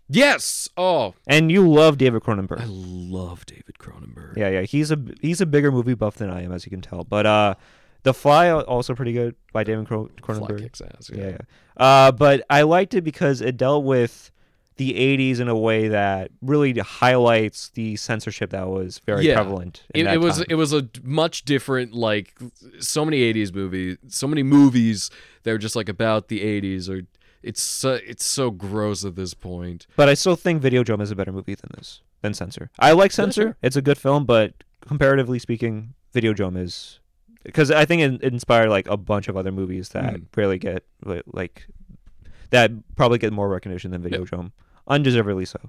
[SPEAKER 2] Yes. Oh,
[SPEAKER 1] and you love David
[SPEAKER 2] I
[SPEAKER 1] Cronenberg.
[SPEAKER 2] love David Cronenberg.
[SPEAKER 1] Yeah, yeah, he's a he's a bigger movie buff than I am, as you can tell. But uh, The Fly also pretty good by David Cron-
[SPEAKER 2] Fly
[SPEAKER 1] Cronenberg.
[SPEAKER 2] kicks ass.
[SPEAKER 1] yeah. yeah. Uh, but I liked it because it dealt with the 80s in a way that really highlights the censorship that was very
[SPEAKER 2] Yeah.
[SPEAKER 1] prevalent. in
[SPEAKER 2] it,
[SPEAKER 1] that
[SPEAKER 2] it was
[SPEAKER 1] time.
[SPEAKER 2] it was a d- much different like so many 80s movies so many movies that are just like about the 80s or it's so, it's so gross at this point
[SPEAKER 1] but I still think Videodrome is a better movie than this than Censor. I like Censor;
[SPEAKER 2] sure.
[SPEAKER 1] it's a good film, but comparatively speaking, Videodrome is because I think it, it inspired like a bunch of other movies that
[SPEAKER 2] Mm.
[SPEAKER 1] really get li- like that probably get more recognition than Videodrome, undeservedly so.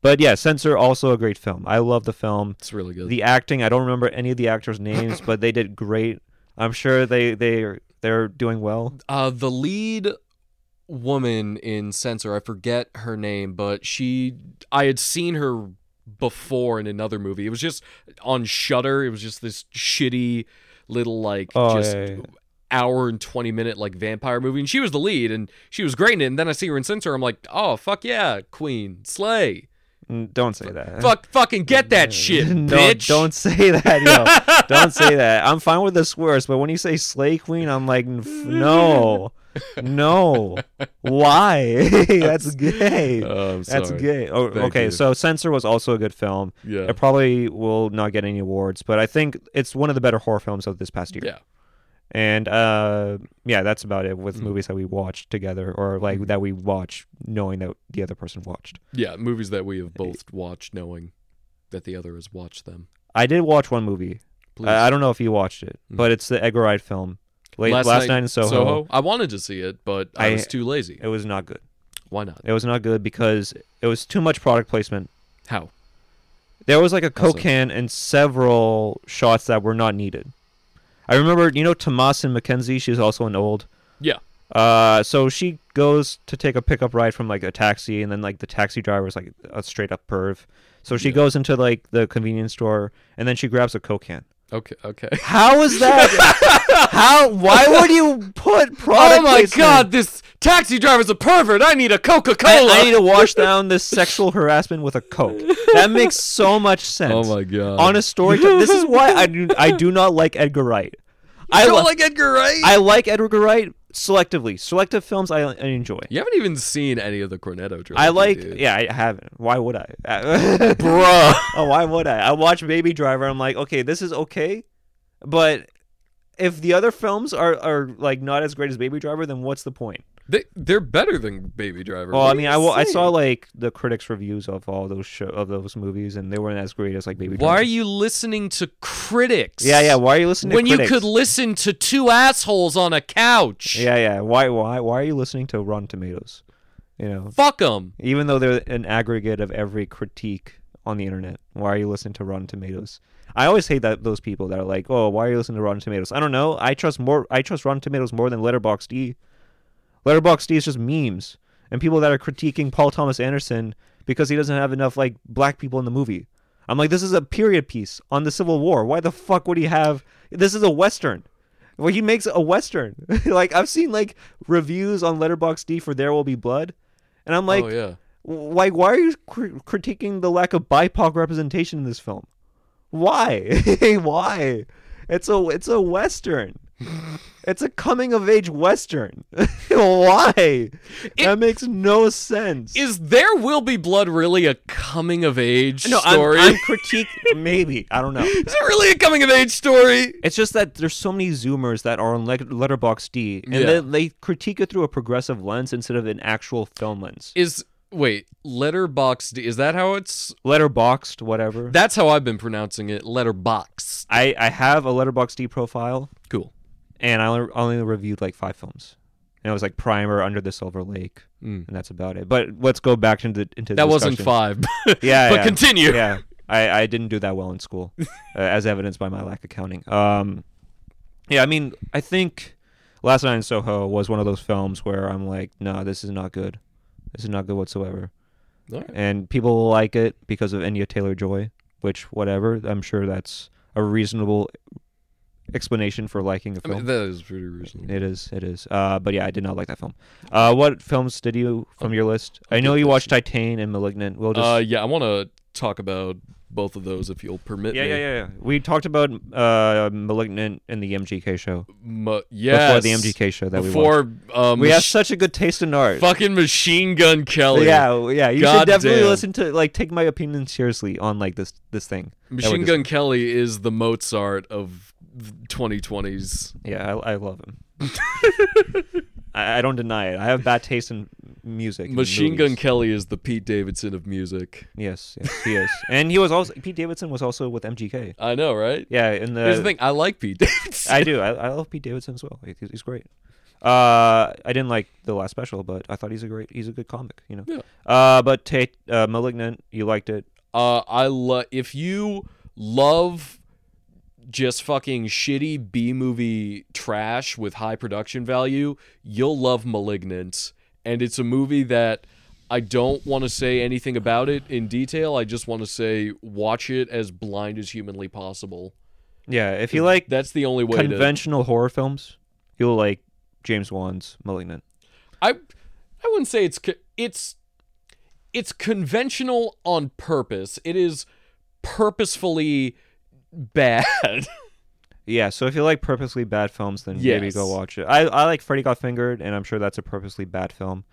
[SPEAKER 1] But yeah, Censor also a great film. I love the film.
[SPEAKER 2] it's really good
[SPEAKER 1] the acting i don't remember any of the actors names but they did great i'm sure they they are they're doing well
[SPEAKER 2] uh the lead woman in censor i forget her name but she i had seen her before in another movie it was just on shutter it was just this shitty little like
[SPEAKER 1] Oh,
[SPEAKER 2] just
[SPEAKER 1] yeah, yeah, yeah.
[SPEAKER 2] hour and 20 minute like vampire movie and she was the lead and she was great in it and then i see her in censor i'm like oh fuck yeah queen slay
[SPEAKER 1] Mm, don't say that
[SPEAKER 2] fuck fucking get that shit
[SPEAKER 1] [LAUGHS] no,
[SPEAKER 2] bitch
[SPEAKER 1] don't say that yo don't
[SPEAKER 2] [LAUGHS]
[SPEAKER 1] say that i'm fine with the swears but when you say slay queen i'm like "N- f- no no why [LAUGHS]
[SPEAKER 2] [LAUGHS]
[SPEAKER 1] that's gay
[SPEAKER 2] Oh, I'm
[SPEAKER 1] that's
[SPEAKER 2] sorry.
[SPEAKER 1] gay oh,
[SPEAKER 2] Thank
[SPEAKER 1] okay
[SPEAKER 2] you.
[SPEAKER 1] so censor was also a good film
[SPEAKER 2] yeah
[SPEAKER 1] it probably will not get any awards but i think it's one of the better horror films of this past year
[SPEAKER 2] yeah
[SPEAKER 1] and uh yeah that's about it with
[SPEAKER 2] Mhm.
[SPEAKER 1] movies that we watched together or like
[SPEAKER 2] Mm-hmm.
[SPEAKER 1] that we watch knowing that the other person watched
[SPEAKER 2] yeah movies that we have both watched knowing that the other has watched them
[SPEAKER 1] i did watch one movie
[SPEAKER 2] please
[SPEAKER 1] I, I don't know if you watched it
[SPEAKER 2] Mhm.
[SPEAKER 1] but it's the edgar wright film late Mm. last, night, in soho,
[SPEAKER 2] i wanted to see it but i,
[SPEAKER 1] I-
[SPEAKER 2] was too lazy
[SPEAKER 1] it was not good
[SPEAKER 2] why not
[SPEAKER 1] it was not good because it was too much product placement
[SPEAKER 2] how
[SPEAKER 1] there was like a coke
[SPEAKER 2] Also-
[SPEAKER 1] can and several shots that were not needed i remember you know tomas and mackenzie she's also an old
[SPEAKER 2] yeah
[SPEAKER 1] Uh, so she goes to take a pickup ride from like a taxi, and then like the taxi driver is like a straight up perv. So she
[SPEAKER 2] Yeah.
[SPEAKER 1] goes into like the convenience store, and then she grabs a coke can.
[SPEAKER 2] okay
[SPEAKER 1] [LAUGHS]
[SPEAKER 2] okay Oh
[SPEAKER 1] How is that? How? Why would you put product?
[SPEAKER 2] oh my
[SPEAKER 1] placement?
[SPEAKER 2] god this taxi driver's a pervert i need a
[SPEAKER 1] I,
[SPEAKER 2] coca-cola
[SPEAKER 1] I need to wash down this sexual harassment with a coke. That makes
[SPEAKER 2] [LAUGHS]
[SPEAKER 1] so much sense.
[SPEAKER 2] oh my god
[SPEAKER 1] On a story, this is why I do I do not like Edgar Wright. I
[SPEAKER 2] I don't
[SPEAKER 1] li-
[SPEAKER 2] like Edgar Wright.
[SPEAKER 1] I like Edgar Wright selectively. Selective films I, I enjoy.
[SPEAKER 2] you haven't even seen any of the Cornetto trilogy.
[SPEAKER 1] I like,
[SPEAKER 2] dude.
[SPEAKER 1] yeah, I haven't. Why would I, [LAUGHS] bro? Oh, why would I? I watch Baby Driver. I'm like, okay, this is okay, but if the other films are are like not as great as Baby Driver, then what's the point?
[SPEAKER 2] They, they're better than Baby Driver.
[SPEAKER 1] Well,
[SPEAKER 2] What
[SPEAKER 1] I
[SPEAKER 2] are
[SPEAKER 1] mean,
[SPEAKER 2] you
[SPEAKER 1] I, wa- I saw
[SPEAKER 2] saying?
[SPEAKER 1] like the critics' reviews of all those show- of those movies, and they weren't as great as like Baby
[SPEAKER 2] Why
[SPEAKER 1] Driver.
[SPEAKER 2] are you listening to critics?
[SPEAKER 1] Yeah, yeah. Why are you listening to
[SPEAKER 2] When you
[SPEAKER 1] critics?
[SPEAKER 2] could listen to two assholes on a couch.
[SPEAKER 1] Yeah, yeah. Why, why, why are you listening to Rotten Tomatoes? You know,
[SPEAKER 2] Fuck them.
[SPEAKER 1] even though they're an aggregate of every critique on the internet. Why are you listening to Rotten Tomatoes? I always hate that those people that are like, "Oh, why are you listening to Rotten Tomatoes?" I don't know. I trust more. I trust Rotten Tomatoes more than Letterboxd. E. Letterboxd E is just memes and people that are critiquing Paul Thomas Anderson because he doesn't have enough like black people in the movie. I'm like, this is a period piece on the Civil War. Why the fuck would he have? This is a western. Well, he makes a western. [LAUGHS] like I've seen like reviews on Letterboxd E for There Will Be Blood, and I'm like,
[SPEAKER 2] oh yeah.
[SPEAKER 1] like why are you cr- critiquing the lack of bipoc representation in this film [LAUGHS] why why it's a it's a western It's a coming of age western. [LAUGHS] Why? that makes no sense.
[SPEAKER 2] Is There Will Be Blood really a coming of age
[SPEAKER 1] no, I'm-
[SPEAKER 2] story? [LAUGHS]
[SPEAKER 1] I'm, critique. Maybe I don't know.
[SPEAKER 2] Is it really a coming of age story?
[SPEAKER 1] It's just that there's so many Zoomers that are on Letterbox D, and
[SPEAKER 2] Yeah.
[SPEAKER 1] they, they critique it through a progressive lens instead of an actual film lens.
[SPEAKER 2] Is wait, letterboxed is that how it's
[SPEAKER 1] Letterboxed, whatever.
[SPEAKER 2] that's how I've been pronouncing it, letterboxed.
[SPEAKER 1] I I have a Letterbox D profile,
[SPEAKER 2] Cool.
[SPEAKER 1] and I only, only reviewed like five films. And it was like Primer, Under the Silver Lake,
[SPEAKER 2] Mm.
[SPEAKER 1] and that's about it. But let's go back into into the
[SPEAKER 2] That wasn't
[SPEAKER 1] discussion.
[SPEAKER 2] five. [LAUGHS]
[SPEAKER 1] Yeah,
[SPEAKER 2] but
[SPEAKER 1] yeah.
[SPEAKER 2] continue.
[SPEAKER 1] yeah I, I didn't do that well in
[SPEAKER 2] [LAUGHS]
[SPEAKER 1] school uh, as evidenced by my lack of counting um yeah i mean i think last night in soho was one of those films where i'm like no this is not good this is not good whatsoever
[SPEAKER 2] All right.
[SPEAKER 1] and people will like it because of Enya Taylor Joy, which whatever. I'm sure that's a reasonable explanation for liking a
[SPEAKER 2] I
[SPEAKER 1] film.
[SPEAKER 2] mean, that is pretty reasonable.
[SPEAKER 1] it is, it is. Uh, but yeah, I did not like that film. Uh, what films did you from your list? I know
[SPEAKER 2] get
[SPEAKER 1] you
[SPEAKER 2] this.
[SPEAKER 1] watched Titan and Malignant. We'll just
[SPEAKER 2] Uh, yeah, I want to talk about both of those if you'll permit
[SPEAKER 1] yeah,
[SPEAKER 2] me.
[SPEAKER 1] yeah, yeah, yeah. We talked about uh, Malignant in the MGK show
[SPEAKER 2] Mu- yes.
[SPEAKER 1] before the MGK show that we watched.
[SPEAKER 2] Before um,
[SPEAKER 1] We have such a good taste in art.
[SPEAKER 2] fucking Machine Gun Kelly.
[SPEAKER 1] yeah, yeah. You
[SPEAKER 2] God
[SPEAKER 1] should definitely
[SPEAKER 2] damn.
[SPEAKER 1] listen to like take my opinion seriously on like this this thing. that we're
[SPEAKER 2] Machine
[SPEAKER 1] dis-
[SPEAKER 2] Gun Kelly is the Mozart of 2020s.
[SPEAKER 1] Yeah, I, I love
[SPEAKER 2] [LAUGHS]
[SPEAKER 1] him. I, I don't deny it. I have bad taste in music. and
[SPEAKER 2] Machine
[SPEAKER 1] movies.
[SPEAKER 2] Gun Kelly is the Pete Davidson of music.
[SPEAKER 1] Yes, yes, he is. And he was also Pete Davidson was also with MGK.
[SPEAKER 2] I know, right?
[SPEAKER 1] Yeah, in the
[SPEAKER 2] Here's the thing. I like Pete [LAUGHS] Davidson.
[SPEAKER 1] I do. I, I love Pete Davidson as well. He- He's, he's great. Uh, I didn't like the last special, but I thought he's a great. He's a good comic. You know.
[SPEAKER 2] Yeah.
[SPEAKER 1] Uh, but Tate uh, Malignant, you liked it.
[SPEAKER 2] uh, I love if you love just fucking shitty B movie trash with high production value, you'll love Malignant. And it's a movie that I don't want to say anything about it in detail. I just want to say watch it as blind as humanly possible.
[SPEAKER 1] Yeah, if you like
[SPEAKER 2] That's the only way to
[SPEAKER 1] conventional horror films, you'll like James Wan's Malignant.
[SPEAKER 2] I I wouldn't say it's co- it's it's conventional on purpose. It is purposefully [LAUGHS] bad.
[SPEAKER 1] Yeah, so if you like purposely bad films, then maybe
[SPEAKER 2] Yes.
[SPEAKER 1] go watch it. I, I like Freddy Got Fingered, and I'm sure that's a purposely bad film.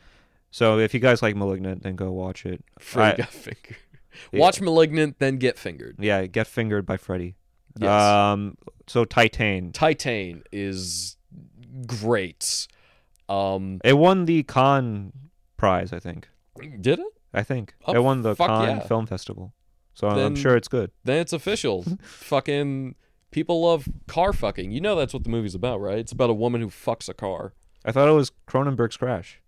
[SPEAKER 1] So if you guys like Malignant, then go watch it.
[SPEAKER 2] Freddy
[SPEAKER 1] I- [LAUGHS]
[SPEAKER 2] got fingered.
[SPEAKER 1] Yeah.
[SPEAKER 2] Watch Malignant, then get fingered.
[SPEAKER 1] Yeah, Get Fingered by Freddy.
[SPEAKER 2] Yes.
[SPEAKER 1] Um, so Titan.
[SPEAKER 2] Titan is great. Um,
[SPEAKER 1] It won the Cannes prize, I think.
[SPEAKER 2] did it?
[SPEAKER 1] I think.
[SPEAKER 2] Oh,
[SPEAKER 1] it won the
[SPEAKER 2] fuck
[SPEAKER 1] Cannes
[SPEAKER 2] yeah.
[SPEAKER 1] Film Festival. So I'm-
[SPEAKER 2] Then-
[SPEAKER 1] I'm sure it's good.
[SPEAKER 2] Then it's
[SPEAKER 1] [LAUGHS]
[SPEAKER 2] official. fucking people love car fucking. You know that's what the movie's about, right? It's about a woman who fucks a car.
[SPEAKER 1] I thought it was Cronenberg's Crash.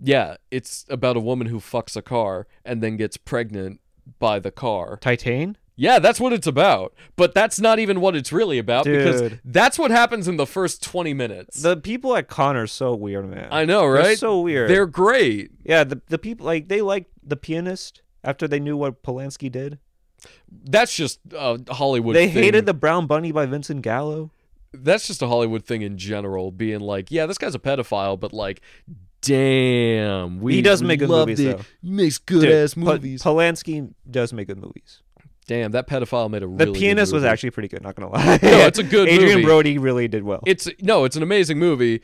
[SPEAKER 2] Yeah, it's about a woman who fucks a car and then gets pregnant by the car.
[SPEAKER 1] Titan?
[SPEAKER 2] Yeah, that's what it's about. But that's not even what it's really about because
[SPEAKER 1] Dude.
[SPEAKER 2] that's what happens in the first 20 minutes.
[SPEAKER 1] The people at Cannes are so weird, man.
[SPEAKER 2] I know,
[SPEAKER 1] They're
[SPEAKER 2] right?
[SPEAKER 1] so weird.
[SPEAKER 2] They're great.
[SPEAKER 1] Yeah, the, the people, like, they liked The Pianist after they knew what Polanski did.
[SPEAKER 2] That's just a Hollywood
[SPEAKER 1] they
[SPEAKER 2] thing.
[SPEAKER 1] hated the Brown Bunny by Vincent Gallo.
[SPEAKER 2] That's just a Hollywood thing in general being like, yeah, this guy's a pedophile, but like damn, we
[SPEAKER 1] He does make good
[SPEAKER 2] loved
[SPEAKER 1] movies,
[SPEAKER 2] it.
[SPEAKER 1] though.
[SPEAKER 2] He makes good
[SPEAKER 1] Dude,
[SPEAKER 2] ass
[SPEAKER 1] Po-
[SPEAKER 2] movies.
[SPEAKER 1] Polanski does make good movies.
[SPEAKER 2] damn, that pedophile made a
[SPEAKER 1] The
[SPEAKER 2] really good
[SPEAKER 1] Pianist was
[SPEAKER 2] movie.
[SPEAKER 1] actually pretty good. Not gonna lie.
[SPEAKER 2] No, it's a
[SPEAKER 1] [LAUGHS]
[SPEAKER 2] good
[SPEAKER 1] Adrian
[SPEAKER 2] movie.
[SPEAKER 1] Brody really did well.
[SPEAKER 2] It's no, it's an amazing movie.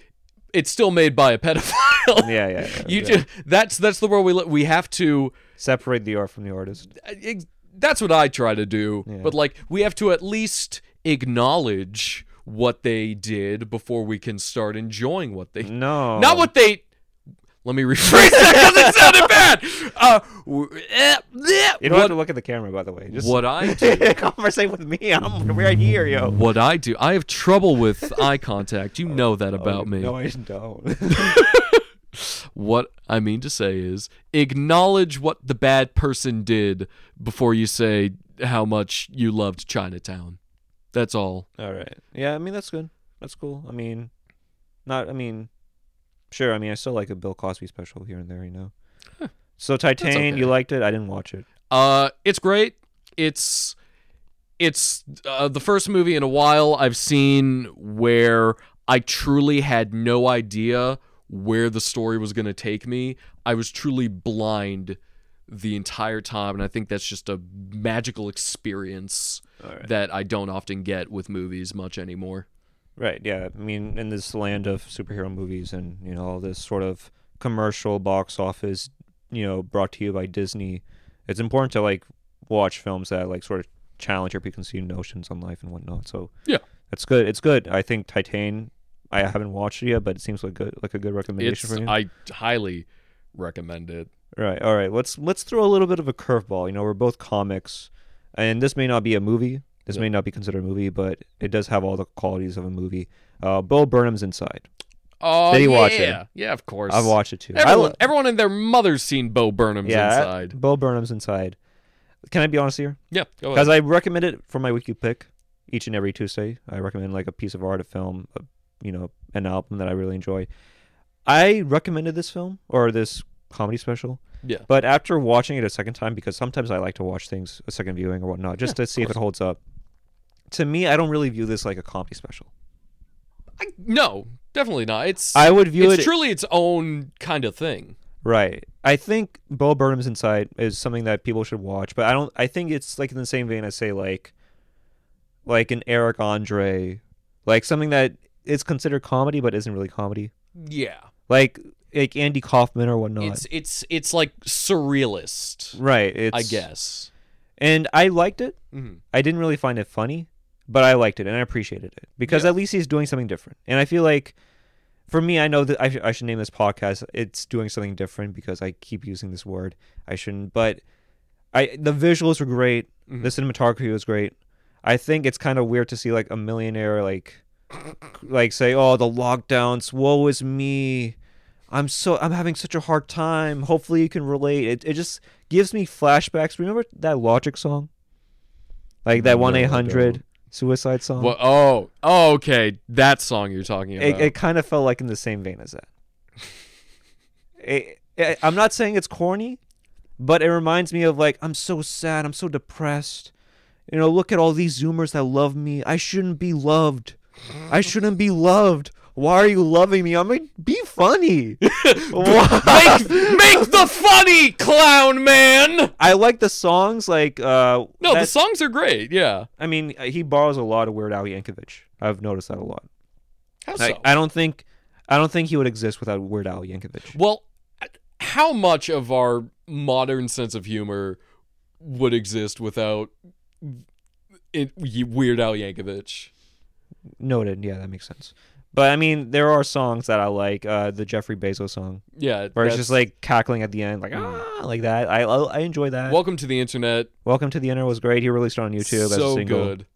[SPEAKER 2] It's still made by a pedophile.
[SPEAKER 1] [LAUGHS] yeah, yeah.
[SPEAKER 2] [LAUGHS]
[SPEAKER 1] yeah,
[SPEAKER 2] you
[SPEAKER 1] yeah.
[SPEAKER 2] just that's that's the world we li- we have to
[SPEAKER 1] separate the art from the artist.
[SPEAKER 2] ex- that's what I try to do.
[SPEAKER 1] Yeah.
[SPEAKER 2] But like we have to at least acknowledge what they did before we can start enjoying what they
[SPEAKER 1] No,
[SPEAKER 2] not what they let me rephrase [LAUGHS] that because it sounded bad. Uh, w- eh, eh,
[SPEAKER 1] You don't have
[SPEAKER 2] what,
[SPEAKER 1] to look at the camera, by the way. Just
[SPEAKER 2] what
[SPEAKER 1] [LAUGHS]
[SPEAKER 2] I do,
[SPEAKER 1] conversate with me. I'm right here, yo.
[SPEAKER 2] what I do, I have trouble with [LAUGHS] eye contact. Oh, You know that about me.
[SPEAKER 1] No, I don't.
[SPEAKER 2] [LAUGHS] What I mean to say is acknowledge what the bad person did before you say how much you loved Chinatown. That's all.
[SPEAKER 1] All right. Yeah, I mean that's good. That's cool. I mean, not. I mean, sure. I mean, I still like a Bill Cosby special here and there. You know. So Titan,
[SPEAKER 2] okay.
[SPEAKER 1] you liked it. I didn't watch it.
[SPEAKER 2] Uh, it's great. It's it's uh, the first movie in a while I've seen where I truly had no idea where the story was going to take me. I was truly blind the entire time, and I think that's just a magical experience
[SPEAKER 1] All right.
[SPEAKER 2] that I don't often get with movies much anymore.
[SPEAKER 1] Right. Yeah. I mean, in this land of superhero movies and you know all this sort of commercial box office, you know, brought to you by Disney, it's important to like watch films that like sort of challenge your preconceived notions on life and whatnot. So
[SPEAKER 2] Yeah.
[SPEAKER 1] it's good. It's good. I think Titan. I haven't watched it yet, but it seems like good, like a good recommendation
[SPEAKER 2] It's
[SPEAKER 1] for you.
[SPEAKER 2] I highly recommend it.
[SPEAKER 1] Right. All right. Let's let's throw a little bit of a curveball. You know, we're both comics, and this may not be a movie. This
[SPEAKER 2] Yeah.
[SPEAKER 1] may not be considered a movie, but it does have all the qualities of a movie. Uh, Bo Burnham's Inside.
[SPEAKER 2] Oh
[SPEAKER 1] Did he
[SPEAKER 2] yeah,
[SPEAKER 1] watch it?
[SPEAKER 2] yeah, of course.
[SPEAKER 1] I've watched it too. I
[SPEAKER 2] Everyone,
[SPEAKER 1] lo-
[SPEAKER 2] everyone and their mother's seen Bo Burnham's
[SPEAKER 1] yeah,
[SPEAKER 2] inside.
[SPEAKER 1] Bo Burnham's Inside. Can I be honest here?
[SPEAKER 2] Yeah, go ahead.
[SPEAKER 1] Because I recommend it for my weekly pick each and every Tuesday. I recommend like a piece of art, a film, a, you know, an album that I really enjoy. I recommended this film or this comedy special.
[SPEAKER 2] Yeah.
[SPEAKER 1] But after watching it a second time, because sometimes I like to watch things a second viewing or whatnot, just to see if it holds up. To me, I don't really view this like a comedy special.
[SPEAKER 2] I, no, definitely not. It's
[SPEAKER 1] I would view
[SPEAKER 2] it's
[SPEAKER 1] it
[SPEAKER 2] truly its own kind of thing.
[SPEAKER 1] Right. I think Bo Burnham's Inside is something that people should watch, but I don't. I think it's like in the same vein as say like, like an Eric Andre, like something that is considered comedy but isn't really comedy,
[SPEAKER 2] Yeah,
[SPEAKER 1] like like Andy Kaufman or whatnot.
[SPEAKER 2] it's it's it's like surrealist,
[SPEAKER 1] right. It's
[SPEAKER 2] I guess.
[SPEAKER 1] And I liked it.
[SPEAKER 2] Mhm.
[SPEAKER 1] I didn't really find it funny, but I liked it and I appreciated it because
[SPEAKER 2] Yeah.
[SPEAKER 1] at least he's doing something different. And I feel like for me, I know that I, sh- I should name this podcast "It's Doing Something Different" because I keep using this word. I shouldn't, but I the visuals were great. The cinematography was great. I think it's kind of weird to see like a millionaire like like say, "Oh, the lockdowns, woe is me." I'm so I'm having such a hard time. Hopefully you can relate. It it just gives me flashbacks. Remember that Logic song? Like that
[SPEAKER 2] No, I
[SPEAKER 1] one
[SPEAKER 2] don't.
[SPEAKER 1] eight hundred suicide song?
[SPEAKER 2] Well, oh, oh, okay, that song you're talking about.
[SPEAKER 1] it, it kind of felt like in the same vein as that. [LAUGHS] It- it- I'm not saying it's corny, but it reminds me of like I'm so sad, I'm so depressed. You know, look at all these Zoomers that love me. I shouldn't be loved. I shouldn't be loved. Why are you loving me? I mean, be
[SPEAKER 2] [LAUGHS]
[SPEAKER 1] funny. Why-
[SPEAKER 2] [LAUGHS] make, make the funny clown man.
[SPEAKER 1] I like the songs. Like, uh,
[SPEAKER 2] No, the
[SPEAKER 1] that-
[SPEAKER 2] songs are great. Yeah,
[SPEAKER 1] I mean, he borrows a lot of Weird Al Yankovic. I've noticed that a lot.
[SPEAKER 2] how so?
[SPEAKER 1] Like, I don't think, I don't think he would exist without Weird Al Yankovic.
[SPEAKER 2] Well, how much of our modern sense of humor would exist without it, Weird Al Yankovic?
[SPEAKER 1] Noted. Yeah, that makes sense. But I mean, there are songs that I like. Uh, the Jeffrey Bezos song, where
[SPEAKER 2] Yeah, that's- Hmm.
[SPEAKER 1] it's just like cackling at the end, like ah, like that. I I I enjoy that.
[SPEAKER 2] Welcome to the Internet.
[SPEAKER 1] Welcome to the Inner was great. He released it on YouTube as a
[SPEAKER 2] so
[SPEAKER 1] single.
[SPEAKER 2] good.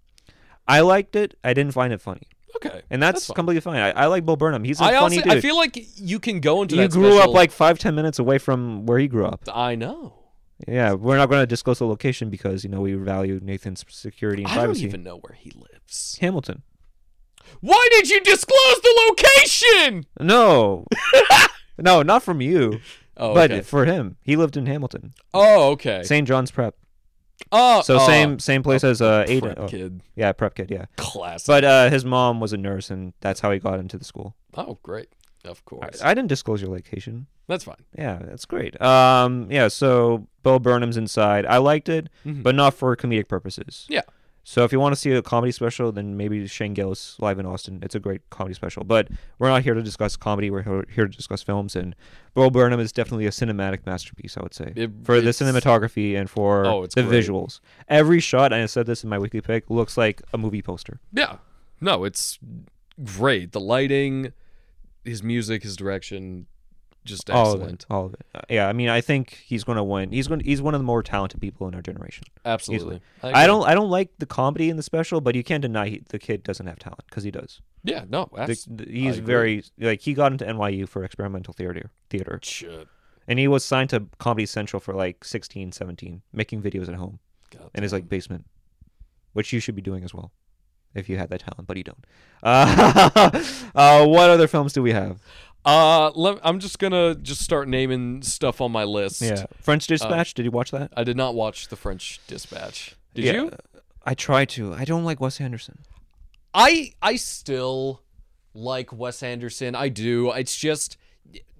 [SPEAKER 1] I liked it. I didn't find it funny,
[SPEAKER 2] Okay,
[SPEAKER 1] and that's,
[SPEAKER 2] That's fine.
[SPEAKER 1] completely fine. I, I like Bo Burnham. He's a
[SPEAKER 2] I
[SPEAKER 1] funny
[SPEAKER 2] also
[SPEAKER 1] dude.
[SPEAKER 2] I feel like you can go into
[SPEAKER 1] you
[SPEAKER 2] that
[SPEAKER 1] grew
[SPEAKER 2] special-
[SPEAKER 1] up like five ten minutes away from where he grew up.
[SPEAKER 2] I know.
[SPEAKER 1] Yeah, we're not going to disclose the location because you know we value Nathan's security and
[SPEAKER 2] I don't
[SPEAKER 1] privacy.
[SPEAKER 2] even know where he lives.
[SPEAKER 1] Hamilton.
[SPEAKER 2] Why did you disclose the location? [LAUGHS]
[SPEAKER 1] No, no, not from you,
[SPEAKER 2] Oh,
[SPEAKER 1] but
[SPEAKER 2] okay.
[SPEAKER 1] for him. He lived in Hamilton,
[SPEAKER 2] oh, okay.
[SPEAKER 1] St. John's Prep.
[SPEAKER 2] oh,
[SPEAKER 1] So
[SPEAKER 2] oh,
[SPEAKER 1] same same place as uh Aiden.
[SPEAKER 2] prep
[SPEAKER 1] oh,
[SPEAKER 2] kid
[SPEAKER 1] yeah, prep kid. Yeah,
[SPEAKER 2] classic.
[SPEAKER 1] but uh, his mom was a nurse, and that's how he got into the school.
[SPEAKER 2] oh, great. Of course.
[SPEAKER 1] I, I didn't disclose your location.
[SPEAKER 2] That's fine.
[SPEAKER 1] Yeah, that's great. Um, yeah. So Bo Burnham's inside. I liked it,
[SPEAKER 2] Mhm.
[SPEAKER 1] but not for comedic purposes.
[SPEAKER 2] Yeah.
[SPEAKER 1] So if you want to see a comedy special, then maybe Shane Gillis live in Austin. It's a great comedy special. But we're not here to discuss comedy. We're here- here to discuss films, and Bo Burnham is definitely a cinematic masterpiece. I would say
[SPEAKER 2] It-
[SPEAKER 1] for the
[SPEAKER 2] it's-
[SPEAKER 1] cinematography and for
[SPEAKER 2] Oh, it's
[SPEAKER 1] the
[SPEAKER 2] great.
[SPEAKER 1] visuals. Every shot, and I said this in my weekly pick, looks like a movie poster.
[SPEAKER 2] Yeah. No, it's great. The lighting, his music, his direction, just excellent.
[SPEAKER 1] All of it. All of it. Yeah, I mean, I think he's going to win. He's going. He's one of the more talented people in our generation.
[SPEAKER 2] Absolutely.
[SPEAKER 1] I
[SPEAKER 2] agree.
[SPEAKER 1] don't. I don't like the comedy in the special, but you can't deny he, the kid doesn't have talent because he does.
[SPEAKER 2] Yeah, no.
[SPEAKER 1] The,
[SPEAKER 2] That's,
[SPEAKER 1] the- he's
[SPEAKER 2] agree.
[SPEAKER 1] very like he got into NYU for experimental theater, theater,
[SPEAKER 2] shit.
[SPEAKER 1] and he was signed to Comedy Central for like 16, 17, making videos at home
[SPEAKER 2] God.
[SPEAKER 1] in his like basement, which you should be doing as well, if you had that talent, but you don't. [LAUGHS] Uh, uh, what other films do we have?
[SPEAKER 2] Uh, let, I'm just gonna just start naming stuff on my list.
[SPEAKER 1] French
[SPEAKER 2] Uh,
[SPEAKER 1] Dispatch. did you watch that?
[SPEAKER 2] I did not watch The French Dispatch. Did
[SPEAKER 1] Yeah.
[SPEAKER 2] you?
[SPEAKER 1] I tried to. I don't like Wes Anderson.
[SPEAKER 2] I I still like Wes Anderson. I do. It's just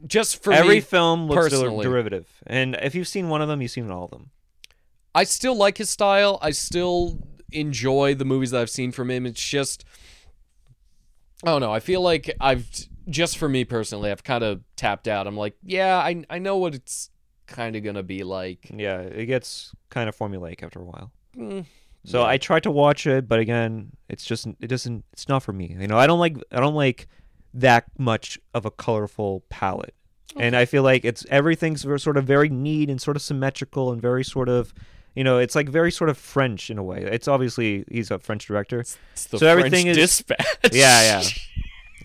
[SPEAKER 2] just for
[SPEAKER 1] Every
[SPEAKER 2] me,
[SPEAKER 1] film looks del-
[SPEAKER 2] personally.
[SPEAKER 1] derivative, and if you've seen one of them, you've seen all of them.
[SPEAKER 2] I still like his style. I still enjoy the movies that I've seen from him. It's just I don't know. I feel like I've just for me personally, I've kind of tapped out. I'm like, yeah, I I know what it's kind of gonna be like.
[SPEAKER 1] Yeah, it gets kind of formulaic after a while.
[SPEAKER 2] Mm,
[SPEAKER 1] So I tried to watch it, but again, it's just it doesn't it's not for me. You know, I don't like I don't like that much of a colorful palette. And I feel like it's everything's ver- sort of very neat and sort of symmetrical and very sort of you know, it's like very sort of French in a way. It's obviously he's a French director.
[SPEAKER 2] it's
[SPEAKER 1] so
[SPEAKER 2] the French
[SPEAKER 1] everything is-
[SPEAKER 2] dispatch.
[SPEAKER 1] Yeah, yeah.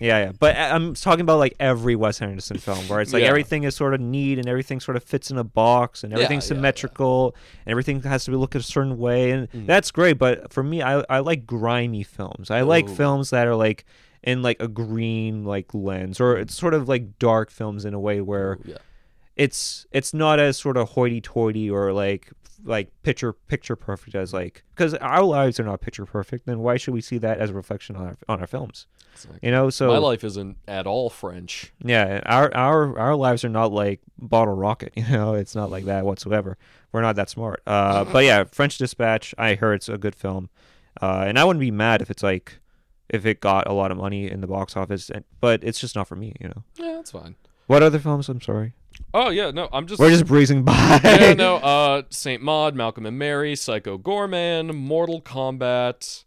[SPEAKER 1] Yeah, yeah. But I- I'm talking about like every Wes Anderson film where it's like
[SPEAKER 2] Yeah.
[SPEAKER 1] everything is sort of neat and everything sort of fits in a box and
[SPEAKER 2] Yeah,
[SPEAKER 1] everything's
[SPEAKER 2] yeah, yeah.
[SPEAKER 1] symmetrical and everything has to be looked a certain way. And
[SPEAKER 2] Mm-hmm.
[SPEAKER 1] that's great. But for me, I, I like grimy films. I like
[SPEAKER 2] Ooh.
[SPEAKER 1] films that are like in like a green like lens or it's sort of like dark films in a way where
[SPEAKER 2] yeah.
[SPEAKER 1] it's it's not as sort of hoity-toity or like like picture picture perfect as like because our lives are not picture perfect then why should we see that as a reflection on our, on our films
[SPEAKER 2] [LAUGHS] It's like,
[SPEAKER 1] you know so
[SPEAKER 2] my life isn't at all French.
[SPEAKER 1] yeah, our our our lives are not like bottle rocket. [LAUGHS] You know, it's not like that whatsoever. We're not that smart. [LAUGHS] Uh, but yeah, French Dispatch. I heard it's a good film, uh, and I wouldn't be mad if it's like if it got a lot of money in the box office. and- But it's just not for me. You know.
[SPEAKER 2] Yeah, that's fine.
[SPEAKER 1] What other films? I'm sorry.
[SPEAKER 2] Oh yeah, no, I'm just
[SPEAKER 1] We're just breezing [LAUGHS] by.
[SPEAKER 2] [LAUGHS] yeah, no, uh, Saint Maud, Malcolm and Mary, Psycho Gorman, Mortal Kombat,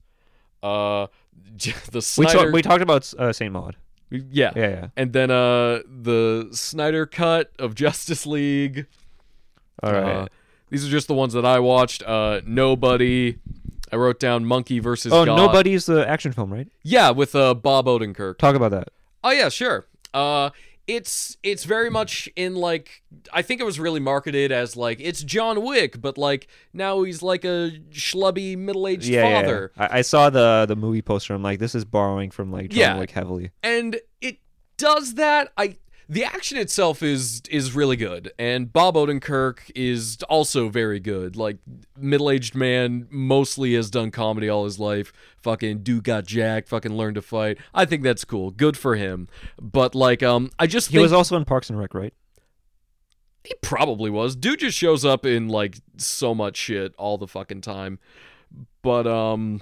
[SPEAKER 2] uh, [LAUGHS] the
[SPEAKER 1] we
[SPEAKER 2] Snyder,
[SPEAKER 1] talked we talked about uh, Saint Maud.
[SPEAKER 2] yeah.
[SPEAKER 1] Yeah, yeah.
[SPEAKER 2] and then uh, the Snyder cut of Justice League.
[SPEAKER 1] All right.
[SPEAKER 2] Uh, these are just the ones that I watched. Uh, Nobody, I wrote down Monkey versus
[SPEAKER 1] oh,
[SPEAKER 2] God.
[SPEAKER 1] nobody's the action film, right?
[SPEAKER 2] Yeah, with uh, Bob Odenkirk.
[SPEAKER 1] Talk about that.
[SPEAKER 2] Oh yeah, sure. Uh it's it's very much in like I think it was really marketed as like it's John Wick, but like now he's like a schlubby middle aged
[SPEAKER 1] Yeah, yeah,
[SPEAKER 2] father.
[SPEAKER 1] yeah. I, I saw the the movie poster. I'm like, this is borrowing from like John
[SPEAKER 2] Yeah.
[SPEAKER 1] Wick heavily.
[SPEAKER 2] And it does that. I the action itself is is really good, and Bob Odenkirk is also very good. Like middle aged man, mostly has done comedy all his life. Fucking dude got jacked. Fucking learned to fight. I think that's cool. Good for him. But like, um, I just
[SPEAKER 1] He
[SPEAKER 2] think
[SPEAKER 1] was also in Parks and Rec, right?
[SPEAKER 2] He probably was. Dude just shows up in like so much shit all the fucking time. But um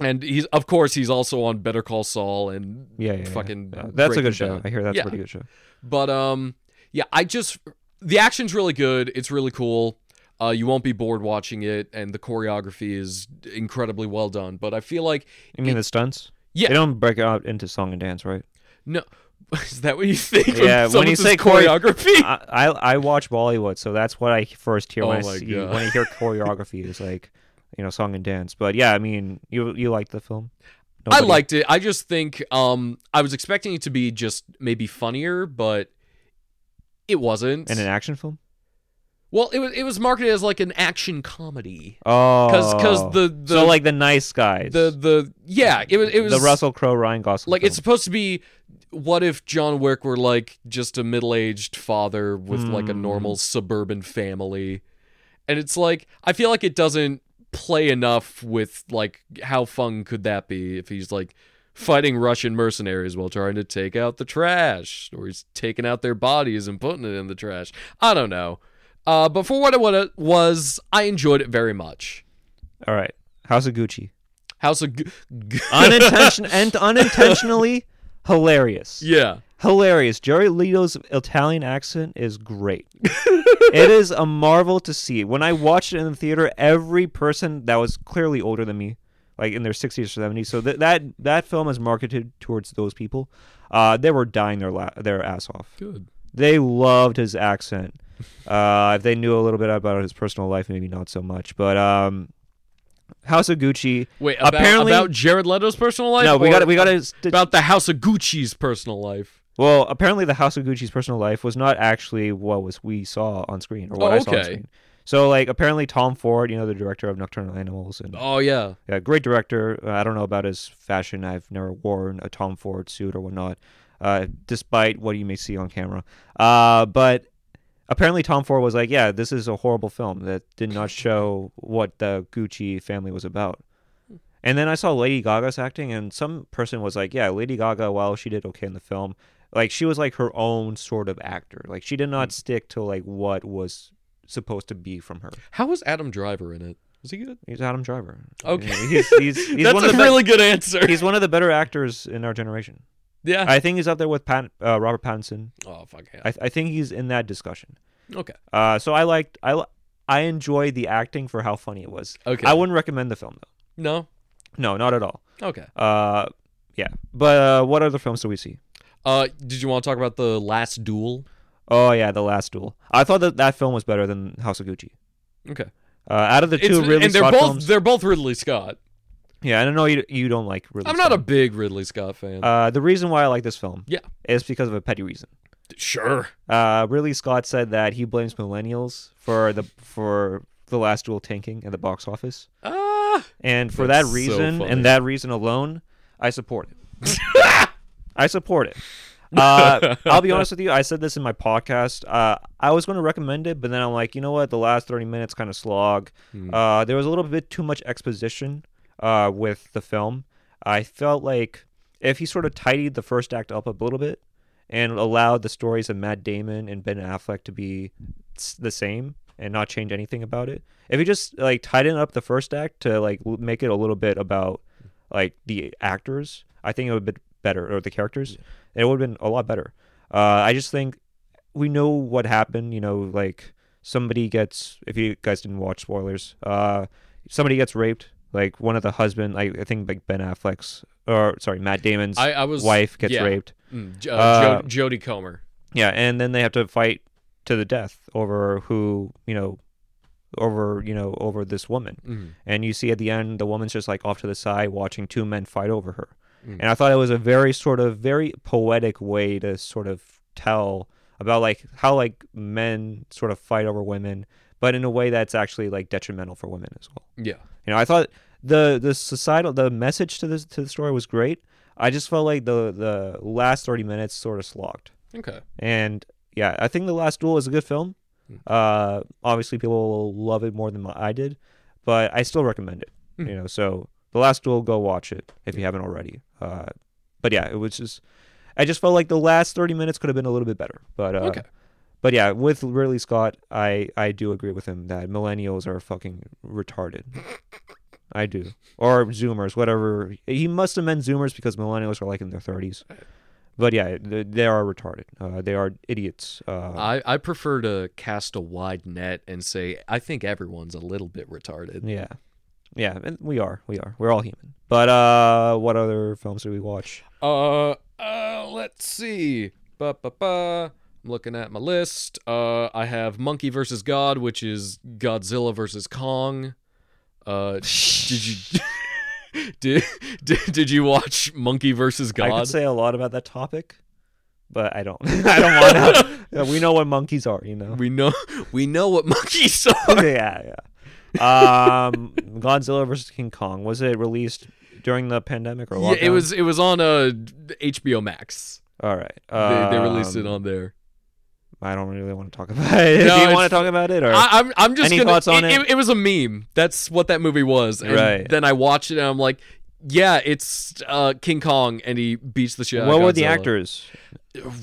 [SPEAKER 2] and he's of course he's also on Better Call Saul and
[SPEAKER 1] yeah, yeah
[SPEAKER 2] fucking
[SPEAKER 1] yeah. Uh, that's a
[SPEAKER 2] Breaking
[SPEAKER 1] good show.
[SPEAKER 2] Bad.
[SPEAKER 1] I hear that's
[SPEAKER 2] Yeah.
[SPEAKER 1] a pretty good show.
[SPEAKER 2] But um yeah, I just the action's really good. It's really cool. Uh, you won't be bored watching it, and the choreography is incredibly well done. But I feel like
[SPEAKER 1] You mean the stunts?
[SPEAKER 2] Yeah.
[SPEAKER 1] they don't break out into song and dance, right?
[SPEAKER 2] no, [LAUGHS] is that what you think? when
[SPEAKER 1] Yeah, when
[SPEAKER 2] [LAUGHS] someone
[SPEAKER 1] you
[SPEAKER 2] says
[SPEAKER 1] say chore-
[SPEAKER 2] choreography,
[SPEAKER 1] I, I I watch Bollywood, so that's what I first hear
[SPEAKER 2] Oh
[SPEAKER 1] when I
[SPEAKER 2] my
[SPEAKER 1] see
[SPEAKER 2] God.
[SPEAKER 1] when I
[SPEAKER 2] [LAUGHS]
[SPEAKER 1] hear choreography is like, you know, song and dance. But yeah, I mean, you you liked the film?
[SPEAKER 2] I liked it. I just think um, I was expecting it to be just maybe funnier, but it wasn't.
[SPEAKER 1] in an action film.
[SPEAKER 2] well, it was it was marketed as like an action comedy
[SPEAKER 1] Oh,
[SPEAKER 2] because the the
[SPEAKER 1] so like the nice guys,
[SPEAKER 2] the the yeah it was it was
[SPEAKER 1] the Russell Crowe Ryan Gosling.
[SPEAKER 2] like
[SPEAKER 1] film.
[SPEAKER 2] it's supposed to be what if John Wick were like just a middle aged father with like a
[SPEAKER 1] Hmm.
[SPEAKER 2] normal suburban family, and it's like I feel like it doesn't play enough with like how fun could that be if he's like fighting Russian mercenaries while trying to take out the trash, or he's taking out their bodies and putting it in the trash. I don't know. Uh, but for what it- what it was, I enjoyed it very much.
[SPEAKER 1] all right. House of Gucci,
[SPEAKER 2] House of G- G-
[SPEAKER 1] unintention and unintentionally hilarious.
[SPEAKER 2] [LAUGHS] yeah.
[SPEAKER 1] hilarious. Jerry Leto's Italian accent is great. it is a marvel to see. When I watched it in the theater, every person that was clearly older than me, like in their 60s or 70s, so th- that that film is marketed towards those people. Uh, they were dying their la- their ass off.
[SPEAKER 2] Good.
[SPEAKER 1] They loved his accent. Uh, if they knew a little bit about his personal life, maybe not so much. But um, House of Gucci.
[SPEAKER 2] Wait, about,
[SPEAKER 1] Apparently-
[SPEAKER 2] about Jared Leto's personal life?
[SPEAKER 1] No, we
[SPEAKER 2] or
[SPEAKER 1] got we got to
[SPEAKER 2] about the House of Gucci's personal life.
[SPEAKER 1] Well, apparently the House of Gucci's personal life was not actually what was we saw on screen or what
[SPEAKER 2] Oh,
[SPEAKER 1] I saw on
[SPEAKER 2] okay.
[SPEAKER 1] screen. So like apparently Tom Ford, you know, the director of Nocturnal Animals and
[SPEAKER 2] Oh yeah,
[SPEAKER 1] yeah, great director. Uh, I don't know about his fashion. I've never worn a Tom Ford suit or whatnot, uh, despite what you may see on camera. Uh, but apparently Tom Ford was like, yeah, this is a horrible film that did
[SPEAKER 2] [LAUGHS]
[SPEAKER 1] not show what the Gucci family was about. And then I saw Lady Gaga's acting, and some person was like, "Yeah, Lady Gaga, while she did okay in the film, like she was like her own sort of actor. Like
[SPEAKER 2] Hmm.
[SPEAKER 1] she did not stick to like what was supposed to be from her."
[SPEAKER 2] how was Adam Driver in it? Was he good?
[SPEAKER 1] He's Adam Driver.
[SPEAKER 2] Okay.
[SPEAKER 1] Yeah, he's he's, he's
[SPEAKER 2] [LAUGHS] That's
[SPEAKER 1] one
[SPEAKER 2] a
[SPEAKER 1] of the
[SPEAKER 2] really good
[SPEAKER 1] [LAUGHS]
[SPEAKER 2] answer.
[SPEAKER 1] be- he's one of the better actors in our
[SPEAKER 2] [LAUGHS]
[SPEAKER 1] generation.
[SPEAKER 2] yeah.
[SPEAKER 1] I think he's up there with Pat, uh, Robert Pattinson.
[SPEAKER 2] oh fuck yeah.
[SPEAKER 1] I, I think he's in that discussion.
[SPEAKER 2] okay.
[SPEAKER 1] Uh, so I liked I li- I enjoyed the acting for how funny it was.
[SPEAKER 2] Okay.
[SPEAKER 1] I wouldn't recommend the film though.
[SPEAKER 2] no.
[SPEAKER 1] No, not at all.
[SPEAKER 2] Okay.
[SPEAKER 1] Uh, yeah. But uh, what other films do we see?
[SPEAKER 2] Uh, did you want to talk about the last duel?
[SPEAKER 1] Oh yeah, The Last Duel. I thought that that film was better than House of Gucci.
[SPEAKER 2] Okay.
[SPEAKER 1] Uh, out of the two
[SPEAKER 2] It's-
[SPEAKER 1] Ridley
[SPEAKER 2] and they're
[SPEAKER 1] Scott
[SPEAKER 2] both
[SPEAKER 1] films,
[SPEAKER 2] they're both Ridley Scott.
[SPEAKER 1] yeah, I don't know you you don't like Ridley.
[SPEAKER 2] I'm not a
[SPEAKER 1] Scott.
[SPEAKER 2] big Ridley Scott fan.
[SPEAKER 1] Uh, the reason why I like this film,
[SPEAKER 2] Yeah.
[SPEAKER 1] is because of a petty reason.
[SPEAKER 2] sure.
[SPEAKER 1] Uh, Ridley Scott said that he blames millennials for the for the Last Duel tanking at the box office, Uh,
[SPEAKER 2] Ah.
[SPEAKER 1] and for
[SPEAKER 2] That's
[SPEAKER 1] that
[SPEAKER 2] so
[SPEAKER 1] reason
[SPEAKER 2] funny.
[SPEAKER 1] and that reason alone, I support it. [LAUGHS] I support it. Uh, I'll be honest with you. I said this in my podcast. Uh, I was going to recommend it, but then I'm like, you know what? The last 30 minutes kind of slog.
[SPEAKER 2] Hmm.
[SPEAKER 1] Uh, there was a little bit too much exposition uh, with the film. I felt like if he sort of tidied the first act up a little bit and allowed the stories of Matt Damon and Ben Affleck to be s- the same and not change anything about it, if he just like tighten up the first act to like l- make it a little bit about like the actors, I think it would have been better or the characters. It would have been a lot better. Uh, I just think we know what happened. You know, like somebody gets if you guys didn't watch spoilers, uh, somebody gets raped. Like one of the husband, I, I think like Ben Affleck's or sorry Matt Damon's
[SPEAKER 2] I, I was
[SPEAKER 1] wife gets
[SPEAKER 2] yeah.
[SPEAKER 1] raped.
[SPEAKER 2] Mm, J- uh,
[SPEAKER 1] Uh,
[SPEAKER 2] Jo- Jodie Comer.
[SPEAKER 1] Yeah, and then they have to fight to the death over who you know, over you know over this woman.
[SPEAKER 2] Mhm.
[SPEAKER 1] and you see at the end the woman's just like off to the side watching two men fight over her
[SPEAKER 2] Mm.
[SPEAKER 1] and i thought it was a very sort of very poetic way to sort of tell about like how like men sort of fight over women but in a way that's actually like detrimental for women as well
[SPEAKER 2] Yeah.
[SPEAKER 1] you know i thought the the societal the message to this to the story was great i just felt like the the last 30 minutes sort of slogged
[SPEAKER 2] Okay.
[SPEAKER 1] and yeah, I think The Last Duel is a good film.
[SPEAKER 2] Mm.
[SPEAKER 1] Uh, obviously, people will love it more than I did, but I still recommend it.
[SPEAKER 2] Mm.
[SPEAKER 1] You know, so The Last Duel, go watch it if you haven't already. Uh, but yeah, it was just, I just felt like the last thirty minutes could have been a little bit better. But uh,
[SPEAKER 2] Okay.
[SPEAKER 1] but yeah, with Ridley Scott, I I do agree with him that millennials are fucking retarded. I do, or Zoomers, whatever. He must have meant Zoomers because millennials are like in their thirties. But yeah, they, they are retarded. Uh, they are idiots. Uh,
[SPEAKER 2] I, I prefer to cast a wide net and say I think everyone's a little bit retarded.
[SPEAKER 1] yeah, yeah, and we are, we are, we're all human. But uh, what other films do we watch?
[SPEAKER 2] Uh, uh let's see. Ba ba ba. I'm looking at my list. Uh, I have Monkey versus God, which is Godzilla versus Kong. Uh,
[SPEAKER 1] [LAUGHS]
[SPEAKER 2] did you [LAUGHS] did, did did you watch Monkey versus
[SPEAKER 1] I could
[SPEAKER 2] God?
[SPEAKER 1] say a lot about that topic, but I don't. [LAUGHS] I don't want
[SPEAKER 2] [LAUGHS]
[SPEAKER 1] to. we know what monkeys are, you know.
[SPEAKER 2] [LAUGHS] we know we know what monkeys
[SPEAKER 1] [LAUGHS]
[SPEAKER 2] are.
[SPEAKER 1] yeah, yeah. Um, Godzilla versus King Kong was it released during the pandemic or
[SPEAKER 2] Yeah,
[SPEAKER 1] lockdown?
[SPEAKER 2] it was it was on uh HBO Max.
[SPEAKER 1] All right.
[SPEAKER 2] they, they released it
[SPEAKER 1] Um,
[SPEAKER 2] on there.
[SPEAKER 1] I don't really want to talk about it. [LAUGHS]
[SPEAKER 2] No,
[SPEAKER 1] Do you want to
[SPEAKER 2] it's-
[SPEAKER 1] talk about it or?
[SPEAKER 2] I, I'm I'm just
[SPEAKER 1] Any
[SPEAKER 2] gonna.
[SPEAKER 1] thoughts on
[SPEAKER 2] it, was a meme. That's what that movie was. And
[SPEAKER 1] Right.
[SPEAKER 2] Then I watched it and I'm like, yeah, it's uh, King Kong and he beats the shit. out of
[SPEAKER 1] what were the
[SPEAKER 2] Godzilla.
[SPEAKER 1] actors?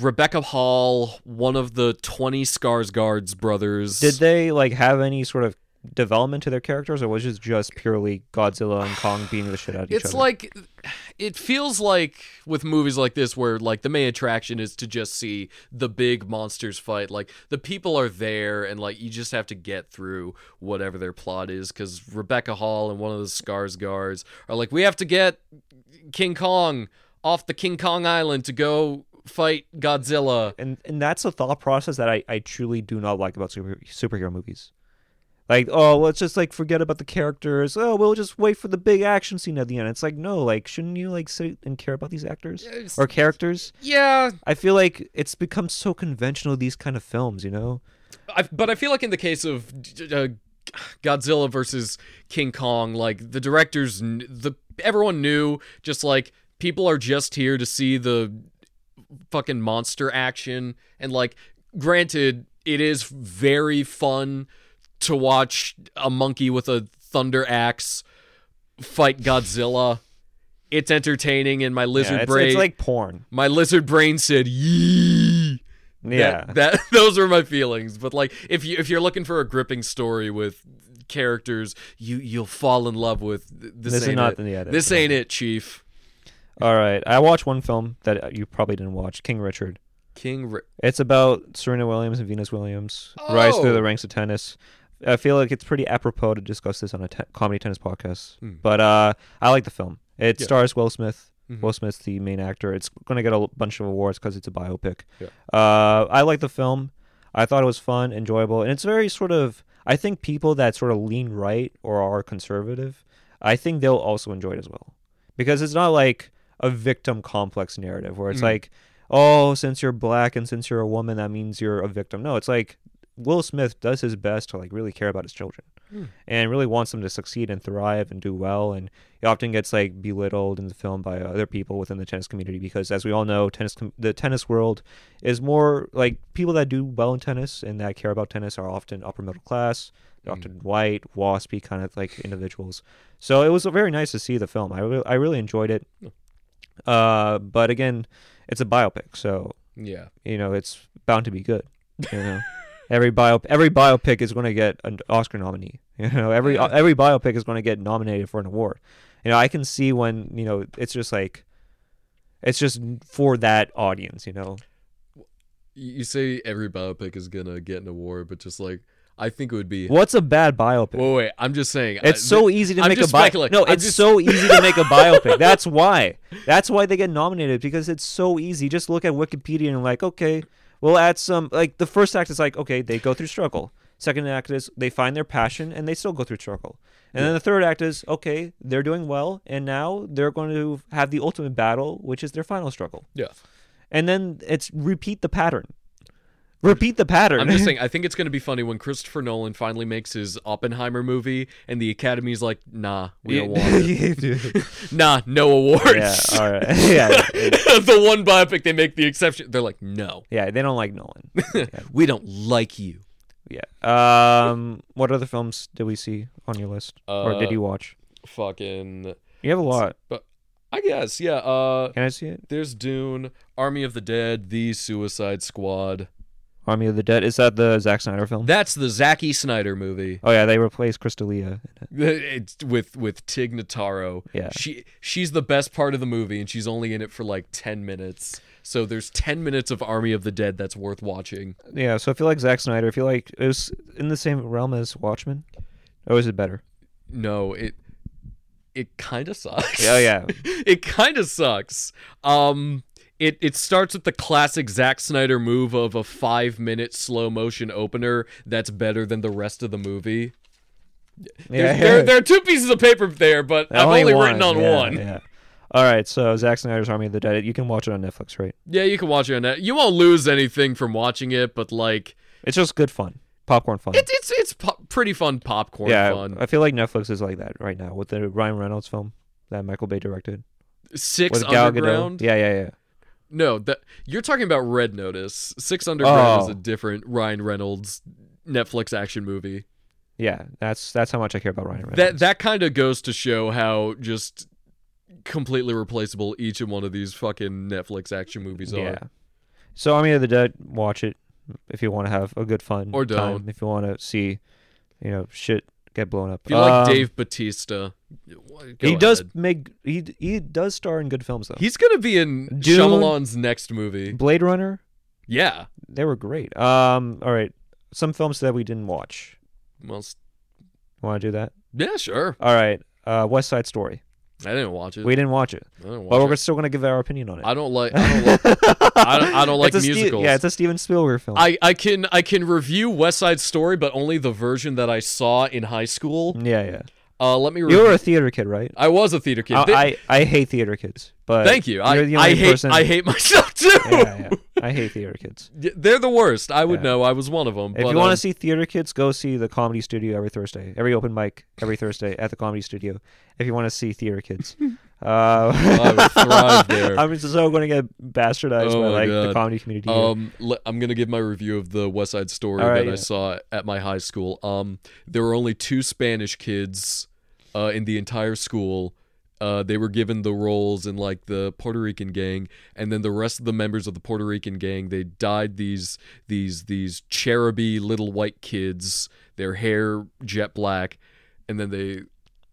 [SPEAKER 2] Rebecca Hall, one of the twenty Skarsgård's brothers.
[SPEAKER 1] Did they like have any sort of development to their characters, or was it just purely Godzilla and Kong beating the shit out of each
[SPEAKER 2] it's
[SPEAKER 1] other?
[SPEAKER 2] like it feels like with movies like this where like the main attraction is to just see the big monsters fight like the people are there and like you just have to get through whatever their plot is because rebecca hall and one of the scars guards are like we have to get king kong off the king kong island to go fight godzilla
[SPEAKER 1] and and that's a thought process that I, I truly do not like about super, superhero movies. Like, oh, let's just like forget about the characters. Oh, we'll just wait for the big action scene at the end. It's like, no, like, shouldn't you like sit and care about these actors
[SPEAKER 2] It's-
[SPEAKER 1] or characters?
[SPEAKER 2] yeah
[SPEAKER 1] I feel like it's become so conventional these kind of films, you know?
[SPEAKER 2] I, but I feel like in the case of uh, Godzilla versus King Kong, like the directors, kn- the everyone knew, just like people are just here to see the fucking monster action, and like, granted, it is very fun to watch a monkey with a thunder axe fight Godzilla. It's entertaining, and my
[SPEAKER 1] Yeah,
[SPEAKER 2] lizard
[SPEAKER 1] it's,
[SPEAKER 2] brain,
[SPEAKER 1] it's like porn.
[SPEAKER 2] my lizard brain said, "Yee."
[SPEAKER 1] Yeah.
[SPEAKER 2] [LAUGHS] That, that- those were my feelings. But like if you if you're looking for a gripping story with characters you you'll fall in love with.
[SPEAKER 1] This
[SPEAKER 2] This,
[SPEAKER 1] is
[SPEAKER 2] ain't
[SPEAKER 1] not
[SPEAKER 2] it.
[SPEAKER 1] the- yeah,
[SPEAKER 2] this
[SPEAKER 1] no.
[SPEAKER 2] ain't it, Chief.
[SPEAKER 1] All right, I watched one film that uh, you probably didn't watch, King Richard.
[SPEAKER 2] King. Ri-
[SPEAKER 1] It's about Serena Williams and Venus Williams rise through
[SPEAKER 2] Oh.
[SPEAKER 1] the ranks of tennis. I feel like it's pretty apropos to discuss this on a te- comedy tennis podcast. But uh, I like the film. It
[SPEAKER 2] Hmm. Yeah.
[SPEAKER 1] stars Will Smith.
[SPEAKER 2] Mhm.
[SPEAKER 1] Will Smith's the main actor. It's going to get a l- bunch of awards because it's a biopic.
[SPEAKER 2] Yeah.
[SPEAKER 1] Uh, I like the film. I thought it was fun, enjoyable, and it's very sort of. I think people that sort of lean right or are conservative, I think they'll also enjoy it as well because it's not like a victim complex narrative where it's
[SPEAKER 2] Mm.
[SPEAKER 1] like oh since you're black and since you're a woman that means you're a victim no it's like will smith does his best to like really care about his children
[SPEAKER 2] Hmm.
[SPEAKER 1] and really wants them to succeed and thrive and do well and he often gets like belittled in the film by other people within the tennis community because as we all know tennis com- the tennis world is more like people that do well in tennis and that care about tennis are often upper middle class they're
[SPEAKER 2] Mm.
[SPEAKER 1] often white waspy kind of like individuals so it was very nice to see the film i, re- I really enjoyed it uh, but again it's a biopic so
[SPEAKER 2] Yeah.
[SPEAKER 1] you know it's bound to be good you know every bio every biopic is going to get an oscar nominee [LAUGHS] you know every
[SPEAKER 2] Yeah.
[SPEAKER 1] every biopic is going to get nominated for an award you know i can see when you know it's just like it's just for that audience you know
[SPEAKER 2] You you say every biopic is gonna get an award, but just like I think it would be.
[SPEAKER 1] what's a bad biopic
[SPEAKER 2] Wait, wait. I'm just saying.
[SPEAKER 1] it's
[SPEAKER 2] I-
[SPEAKER 1] so easy to
[SPEAKER 2] Uh, I'm
[SPEAKER 1] make a
[SPEAKER 2] just
[SPEAKER 1] biopic.
[SPEAKER 2] speculating.
[SPEAKER 1] No,
[SPEAKER 2] I'm
[SPEAKER 1] it's
[SPEAKER 2] just-
[SPEAKER 1] so easy to make a biopic. That's why. That's why they get nominated because it's so easy. Just look at Wikipedia and like, okay, we'll add some. Like the first act is like, okay, they go through struggle. Second act is they find their passion and they still go through struggle. And then the third act is okay, they're doing well, and now they're going to have the ultimate battle, which is their final struggle.
[SPEAKER 2] Yeah.
[SPEAKER 1] And then it's repeat the pattern. Repeat the pattern.
[SPEAKER 2] I'm just saying, I think it's going to be funny when Christopher Nolan finally makes his Oppenheimer movie and the Academy's like, nah,
[SPEAKER 1] [LAUGHS]
[SPEAKER 2] we don't want it.
[SPEAKER 1] Yeah, dude.
[SPEAKER 2] Nah, no
[SPEAKER 1] [LAUGHS]
[SPEAKER 2] awards.
[SPEAKER 1] yeah, all
[SPEAKER 2] [LAUGHS]
[SPEAKER 1] right. [LAUGHS] Yeah,
[SPEAKER 2] the one biopic they make the exception. They're like, no,
[SPEAKER 1] yeah, they don't like
[SPEAKER 2] [LAUGHS]
[SPEAKER 1] Nolan.
[SPEAKER 2] we don't like you.
[SPEAKER 1] Yeah. Um. What other films did we see on your list, or did
[SPEAKER 2] Uh,
[SPEAKER 1] you watch?
[SPEAKER 2] Fucking.
[SPEAKER 1] You have a lot.
[SPEAKER 2] But I guess, yeah. Uh,
[SPEAKER 1] Can I see it?
[SPEAKER 2] There's Dune, Army of the Dead, The Suicide Squad.
[SPEAKER 1] Army of the Dead. Is that the Zack Snyder film?
[SPEAKER 2] That's the Zacky Snyder movie. [LAUGHS]
[SPEAKER 1] oh yeah, they replaced uh, Crystalia.
[SPEAKER 2] It's with with Tig Notaro.
[SPEAKER 1] Yeah.
[SPEAKER 2] She she's the best part of the movie and she's only in it for like 10 minutes. So there's 10 minutes of Army of the Dead that's worth watching.
[SPEAKER 1] Yeah. So I feel like Zack Snyder. I feel like it was in the same realm as Watchmen. Or is it better?
[SPEAKER 2] No, it it kind of sucks.
[SPEAKER 1] Oh yeah.
[SPEAKER 2] [LAUGHS] it kind of sucks. Um it, it starts with the classic Zack Snyder move of a five minute slow motion opener that's better than the rest of the movie.
[SPEAKER 1] yeah. [LAUGHS]
[SPEAKER 2] There's- There, there are two pieces of paper there, but I've only, written on
[SPEAKER 1] yeah,
[SPEAKER 2] one.
[SPEAKER 1] Yeah. All right. So Zack Snyder's Army of the Dead. You can watch it on Netflix, right?
[SPEAKER 2] Yeah, you can watch it on that. You won't lose anything from watching it, but like
[SPEAKER 1] It's just good fun, popcorn fun.
[SPEAKER 2] it's it's it's po- pretty fun popcorn
[SPEAKER 1] yeah.
[SPEAKER 2] fun.
[SPEAKER 1] I feel like Netflix is like that right now with the Ryan Reynolds film that Michael Bay directed
[SPEAKER 2] Six
[SPEAKER 1] with Gal
[SPEAKER 2] Underground.
[SPEAKER 1] Gadot. Yeah. Yeah. Yeah.
[SPEAKER 2] No, that you're talking about Red Notice. Six Underground
[SPEAKER 1] Oh.
[SPEAKER 2] is a different Ryan Reynolds Netflix action movie.
[SPEAKER 1] Yeah, that's that's how much I care about Ryan Reynolds.
[SPEAKER 2] That that kind of goes to show how just completely replaceable each and one of these fucking Netflix action movies are.
[SPEAKER 1] yeah. So Army of the Dead, watch it if you want to have a good fun
[SPEAKER 2] Or
[SPEAKER 1] time.
[SPEAKER 2] don't.
[SPEAKER 1] If you want to see, you know, shit get blown up.
[SPEAKER 2] If you like
[SPEAKER 1] Um,
[SPEAKER 2] Dave Batista,
[SPEAKER 1] he does make he he does star in good films though.
[SPEAKER 2] He's gonna be in
[SPEAKER 1] Dune.
[SPEAKER 2] Shyamalan's next movie.
[SPEAKER 1] Blade Runner,
[SPEAKER 2] Yeah.
[SPEAKER 1] they were great. Um, all right, some films that we didn't watch.
[SPEAKER 2] Well, s-
[SPEAKER 1] Want to do that?
[SPEAKER 2] yeah, sure.
[SPEAKER 1] All right, uh, West Side Story.
[SPEAKER 2] I didn't watch it.
[SPEAKER 1] We didn't watch it,
[SPEAKER 2] I didn't
[SPEAKER 1] but
[SPEAKER 2] watch
[SPEAKER 1] we're
[SPEAKER 2] it.
[SPEAKER 1] still gonna give our opinion on it.
[SPEAKER 2] I don't like. I don't,
[SPEAKER 1] [LAUGHS]
[SPEAKER 2] like I don't, I don't like
[SPEAKER 1] It's a Ste-
[SPEAKER 2] musicals.
[SPEAKER 1] yeah, it's a Steven Spielberg film.
[SPEAKER 2] I, I can I can review West Side Story, but only the version that I saw in high school.
[SPEAKER 1] yeah, yeah.
[SPEAKER 2] Uh, let me.
[SPEAKER 1] You
[SPEAKER 2] Re-
[SPEAKER 1] were a theater kid, right?
[SPEAKER 2] I was a theater kid. Th-
[SPEAKER 1] I, I I hate theater kids, but
[SPEAKER 2] Thank you. I,
[SPEAKER 1] You're the
[SPEAKER 2] I
[SPEAKER 1] only
[SPEAKER 2] hate
[SPEAKER 1] person.
[SPEAKER 2] I hate [LAUGHS] myself too. [LAUGHS]
[SPEAKER 1] yeah, yeah. I hate theater kids.
[SPEAKER 2] Y- They're the worst. I would
[SPEAKER 1] Yeah.
[SPEAKER 2] know. I was one of them.
[SPEAKER 1] If
[SPEAKER 2] but,
[SPEAKER 1] you want to
[SPEAKER 2] um,
[SPEAKER 1] see theater kids, go see the Comedy Studio every Thursday, every open mic every Thursday at the Comedy Studio. If you want to see theater
[SPEAKER 2] [LAUGHS]
[SPEAKER 1] kids,
[SPEAKER 2] [LAUGHS] I
[SPEAKER 1] uh, [LAUGHS]
[SPEAKER 2] would thrive there.
[SPEAKER 1] I'm just so going to get bastardized
[SPEAKER 2] Oh
[SPEAKER 1] by
[SPEAKER 2] my
[SPEAKER 1] like the
[SPEAKER 2] God.
[SPEAKER 1] comedy community. here.
[SPEAKER 2] Um, le- I'm gonna give my review of the West Side Story
[SPEAKER 1] All right,
[SPEAKER 2] that
[SPEAKER 1] yeah.
[SPEAKER 2] I saw at my high school. Um, there were only two Spanish kids, uh, in the entire school, uh, they were given the roles in like the Puerto Rican gang, and then the rest of the members of the Puerto Rican gang they dyed these these these cheruby little white kids, their hair jet black, and then they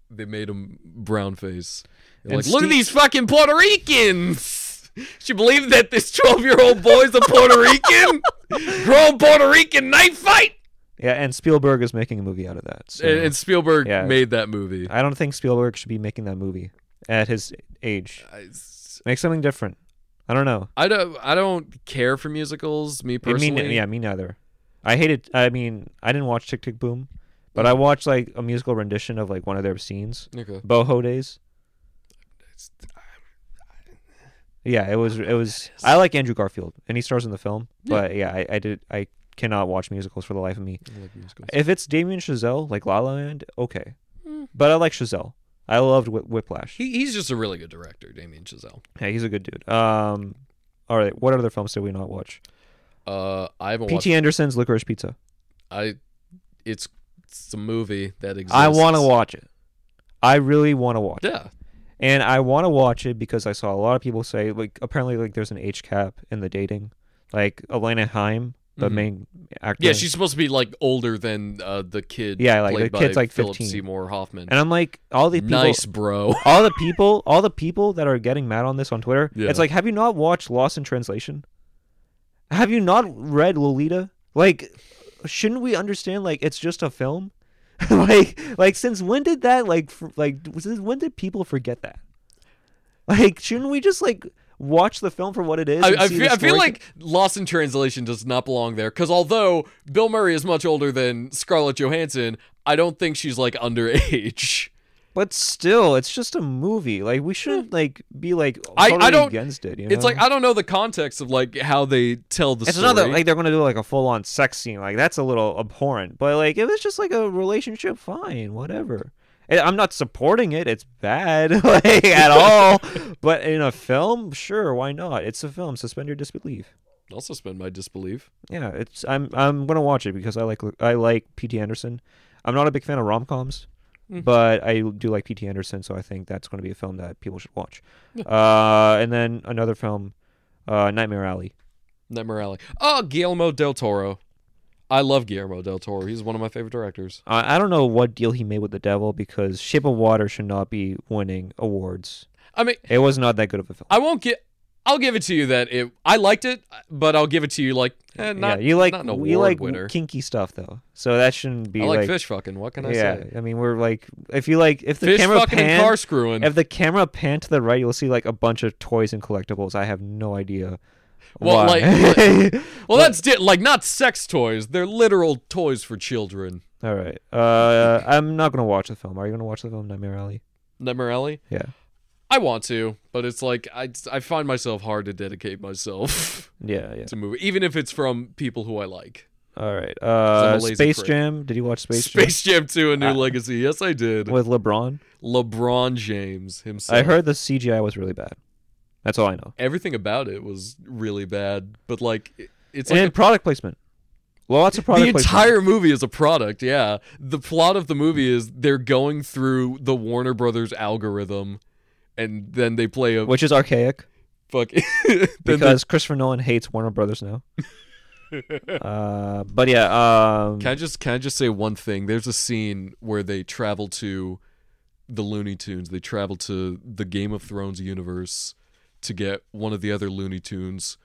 [SPEAKER 2] they made them brown face. They're
[SPEAKER 1] And
[SPEAKER 2] Like, look at
[SPEAKER 1] Steve-
[SPEAKER 2] these fucking Puerto Ricans. [LAUGHS] Should you believe that this twelve year old boy's a Puerto Rican? [LAUGHS] Grown Puerto Rican knife fight.
[SPEAKER 1] Yeah, and Spielberg is making a movie out of that. So
[SPEAKER 2] And, and Spielberg
[SPEAKER 1] Yeah. Uh,
[SPEAKER 2] made that movie.
[SPEAKER 1] I don't think Spielberg should be making that movie at his age.
[SPEAKER 2] I,
[SPEAKER 1] Make something different. I don't know.
[SPEAKER 2] I don't. I don't care for musicals. Me personally.
[SPEAKER 1] I mean, yeah, me neither. I hated. I mean, I didn't watch Tick Tick Boom, but I watched like a musical rendition of like one of their scenes,
[SPEAKER 2] Okay.
[SPEAKER 1] Boho Days. Yeah, it was. It was. I like Andrew Garfield, and he stars in the film.
[SPEAKER 2] Yeah.
[SPEAKER 1] But yeah, I, I did. I cannot watch musicals for the life of me.
[SPEAKER 2] I like musicals.
[SPEAKER 1] If it's Damien Chazelle, like La La Land, okay. But I like Chazelle. I loved Whi- Whiplash.
[SPEAKER 2] Hmm. He, he's just a really good director, Damien Chazelle.
[SPEAKER 1] Yeah, he's a good dude. Um, all right. What other films did we not watch?
[SPEAKER 2] Uh, I haven't watched.
[SPEAKER 1] P.T. Anderson's Licorice Pizza.
[SPEAKER 2] I, it's, it's a movie that exists.
[SPEAKER 1] I want to watch it. I really want to watch it,
[SPEAKER 2] Yeah.
[SPEAKER 1] and I want to watch it because I saw a lot of people say like apparently like there's an age cap in the dating. Like Elena Heim, the
[SPEAKER 2] Mhm.
[SPEAKER 1] main actor.
[SPEAKER 2] Yeah, she's supposed to be like older than uh, the kid.
[SPEAKER 1] Yeah, like,
[SPEAKER 2] played
[SPEAKER 1] the kid's,
[SPEAKER 2] by
[SPEAKER 1] like,
[SPEAKER 2] Philip
[SPEAKER 1] 15.
[SPEAKER 2] Seymour Hoffman.
[SPEAKER 1] and I'm like all the people. [LAUGHS]
[SPEAKER 2] nice, bro.
[SPEAKER 1] All the people, all the people that are getting mad on this on Twitter,
[SPEAKER 2] Yeah.
[SPEAKER 1] it's like, have you not watched Lost in Translation? Have you not read Lolita? Like, shouldn't we understand? Like, it's just a film. [LAUGHS] like, like since when did that? Like, f- like since when did people forget that? Like, shouldn't we just like watch the film for what it is?
[SPEAKER 2] I,
[SPEAKER 1] and
[SPEAKER 2] I
[SPEAKER 1] see
[SPEAKER 2] feel,
[SPEAKER 1] the
[SPEAKER 2] I feel
[SPEAKER 1] story?
[SPEAKER 2] like Lost in Translation does not belong there because although Bill Murray is much older than Scarlett Johansson, I don't think she's like underage.
[SPEAKER 1] but still, it's just a movie. Like, we shouldn't like be like
[SPEAKER 2] I- I
[SPEAKER 1] totally
[SPEAKER 2] don't-
[SPEAKER 1] against it. You
[SPEAKER 2] It's
[SPEAKER 1] know?
[SPEAKER 2] like I don't know the context of like how they tell the
[SPEAKER 1] It's
[SPEAKER 2] story.
[SPEAKER 1] another like they're gonna do like a full on sex scene. Like that's a little abhorrent. But like if it's just like a relationship, fine, whatever. I- I'm not supporting it. It's bad [LAUGHS] like at
[SPEAKER 2] [LAUGHS]
[SPEAKER 1] all. but in a film, sure, why not? It's a film. Suspend your disbelief.
[SPEAKER 2] I'll suspend my disbelief.
[SPEAKER 1] Yeah, it's I'm I'm gonna watch it because I like I like P.T. Anderson. I'm not a big fan of rom coms,
[SPEAKER 2] Mm-hmm.
[SPEAKER 1] but I do like P.T. Anderson, so I think that's gonna be a film that people should watch. Uh, and then another film, uh, Nightmare Alley.
[SPEAKER 2] Nightmare Alley. Oh, Guillermo del Toro. I love Guillermo del Toro. He's one of my favorite directors.
[SPEAKER 1] I I don't know what deal he made with the devil because Shape of Water should not be winning awards.
[SPEAKER 2] I mean,
[SPEAKER 1] It was not that good of a film.
[SPEAKER 2] I won't get. I'll give it to you that it. I liked it, but I'll give it to you like eh, not.
[SPEAKER 1] yeah, you like
[SPEAKER 2] not an award
[SPEAKER 1] you like
[SPEAKER 2] winner.
[SPEAKER 1] kinky stuff though, so that shouldn't be
[SPEAKER 2] I like,
[SPEAKER 1] like,
[SPEAKER 2] fish fucking. What can I
[SPEAKER 1] yeah,
[SPEAKER 2] say?
[SPEAKER 1] I mean we're like if you like if the
[SPEAKER 2] Fish
[SPEAKER 1] camera
[SPEAKER 2] fucking and
[SPEAKER 1] pan
[SPEAKER 2] car screwing.
[SPEAKER 1] if the camera pan to the right, you'll see like a bunch of toys and collectibles. I have no idea.
[SPEAKER 2] Well,
[SPEAKER 1] why. [LAUGHS]
[SPEAKER 2] well, that's di- like not sex toys. They're literal toys for children.
[SPEAKER 1] all right. Uh, I'm not gonna watch the film. Are you gonna watch the film Nightmare Alley?
[SPEAKER 2] Nightmare Alley.
[SPEAKER 1] Yeah.
[SPEAKER 2] I want to, but it's like I I find myself hard to dedicate myself [LAUGHS]
[SPEAKER 1] Yeah, yeah.
[SPEAKER 2] to movie, even if it's from people who I like.
[SPEAKER 1] All right.
[SPEAKER 2] I'm
[SPEAKER 1] Uh,
[SPEAKER 2] a lazy
[SPEAKER 1] Space
[SPEAKER 2] prick.
[SPEAKER 1] Jam. Did you watch Space,
[SPEAKER 2] Space Jam 2: A New Legacy. Yes, I did.
[SPEAKER 1] Jam with LeBron?
[SPEAKER 2] LeBron James himself.
[SPEAKER 1] I heard the CGI was really bad. That's all I know.
[SPEAKER 2] everything about it was really bad, but like it- it's
[SPEAKER 1] and
[SPEAKER 2] like
[SPEAKER 1] product placement. Lots of
[SPEAKER 2] a- the
[SPEAKER 1] product placement.
[SPEAKER 2] entire movie is a product. Yeah, the plot of the movie is they're going through the Warner Brothers algorithm, and then they play a
[SPEAKER 1] which is archaic
[SPEAKER 2] [LAUGHS] fuck. then they-
[SPEAKER 1] because Christopher Nolan hates Warner Brothers
[SPEAKER 2] [LAUGHS]
[SPEAKER 1] now. uh, but yeah, um,
[SPEAKER 2] Can I just can I just say one thing? There's a scene where they travel to the Looney Tunes. They travel to the Game of Thrones universe to get one of the other Looney Tunes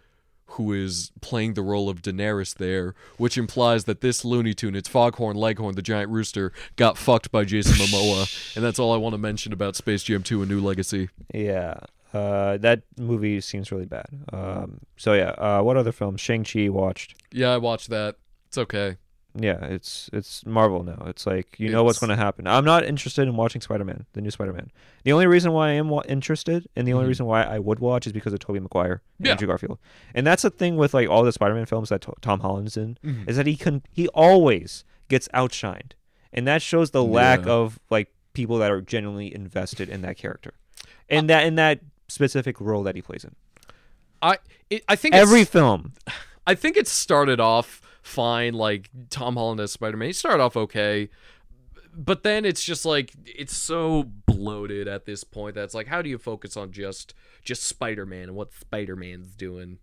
[SPEAKER 2] who is playing the role of Daenerys there, which implies that this Looney Tune, it's Foghorn Leghorn, the giant rooster, got fucked by Jason Momoa. And that's all I want to mention about Space Jam 2 A New Legacy.
[SPEAKER 1] yeah, uh, that movie seems really bad. Um, so yeah, uh, what other film? Shang Chi watched.
[SPEAKER 2] Yeah, I watched that. It's okay.
[SPEAKER 1] Yeah, it's it's Marvel now. It's like you know what's
[SPEAKER 2] It's-
[SPEAKER 1] going to happen. I'm not interested in watching Spider Man, the new Spider Man. The only reason why I am wa- interested, and the only reason why I would watch, is because of Tobey Maguire, and
[SPEAKER 2] Mm-hmm. Yeah.
[SPEAKER 1] Andrew Garfield, and that's the thing with like all the Spider Man films that to- Tom Holland's in,
[SPEAKER 2] Mm-hmm.
[SPEAKER 1] is that he can he always gets outshined, and that shows the lack
[SPEAKER 2] Yeah.
[SPEAKER 1] of like people that are genuinely invested in that character, and that in that specific role that he plays in.
[SPEAKER 2] I it, I think it's-
[SPEAKER 1] Every film,
[SPEAKER 2] I think it started off fine. Like Tom Holland as Spider Man, he started off okay. but then it's just like it's so bloated at this point that's like how do you focus on just just spider-man and what spider-man's doing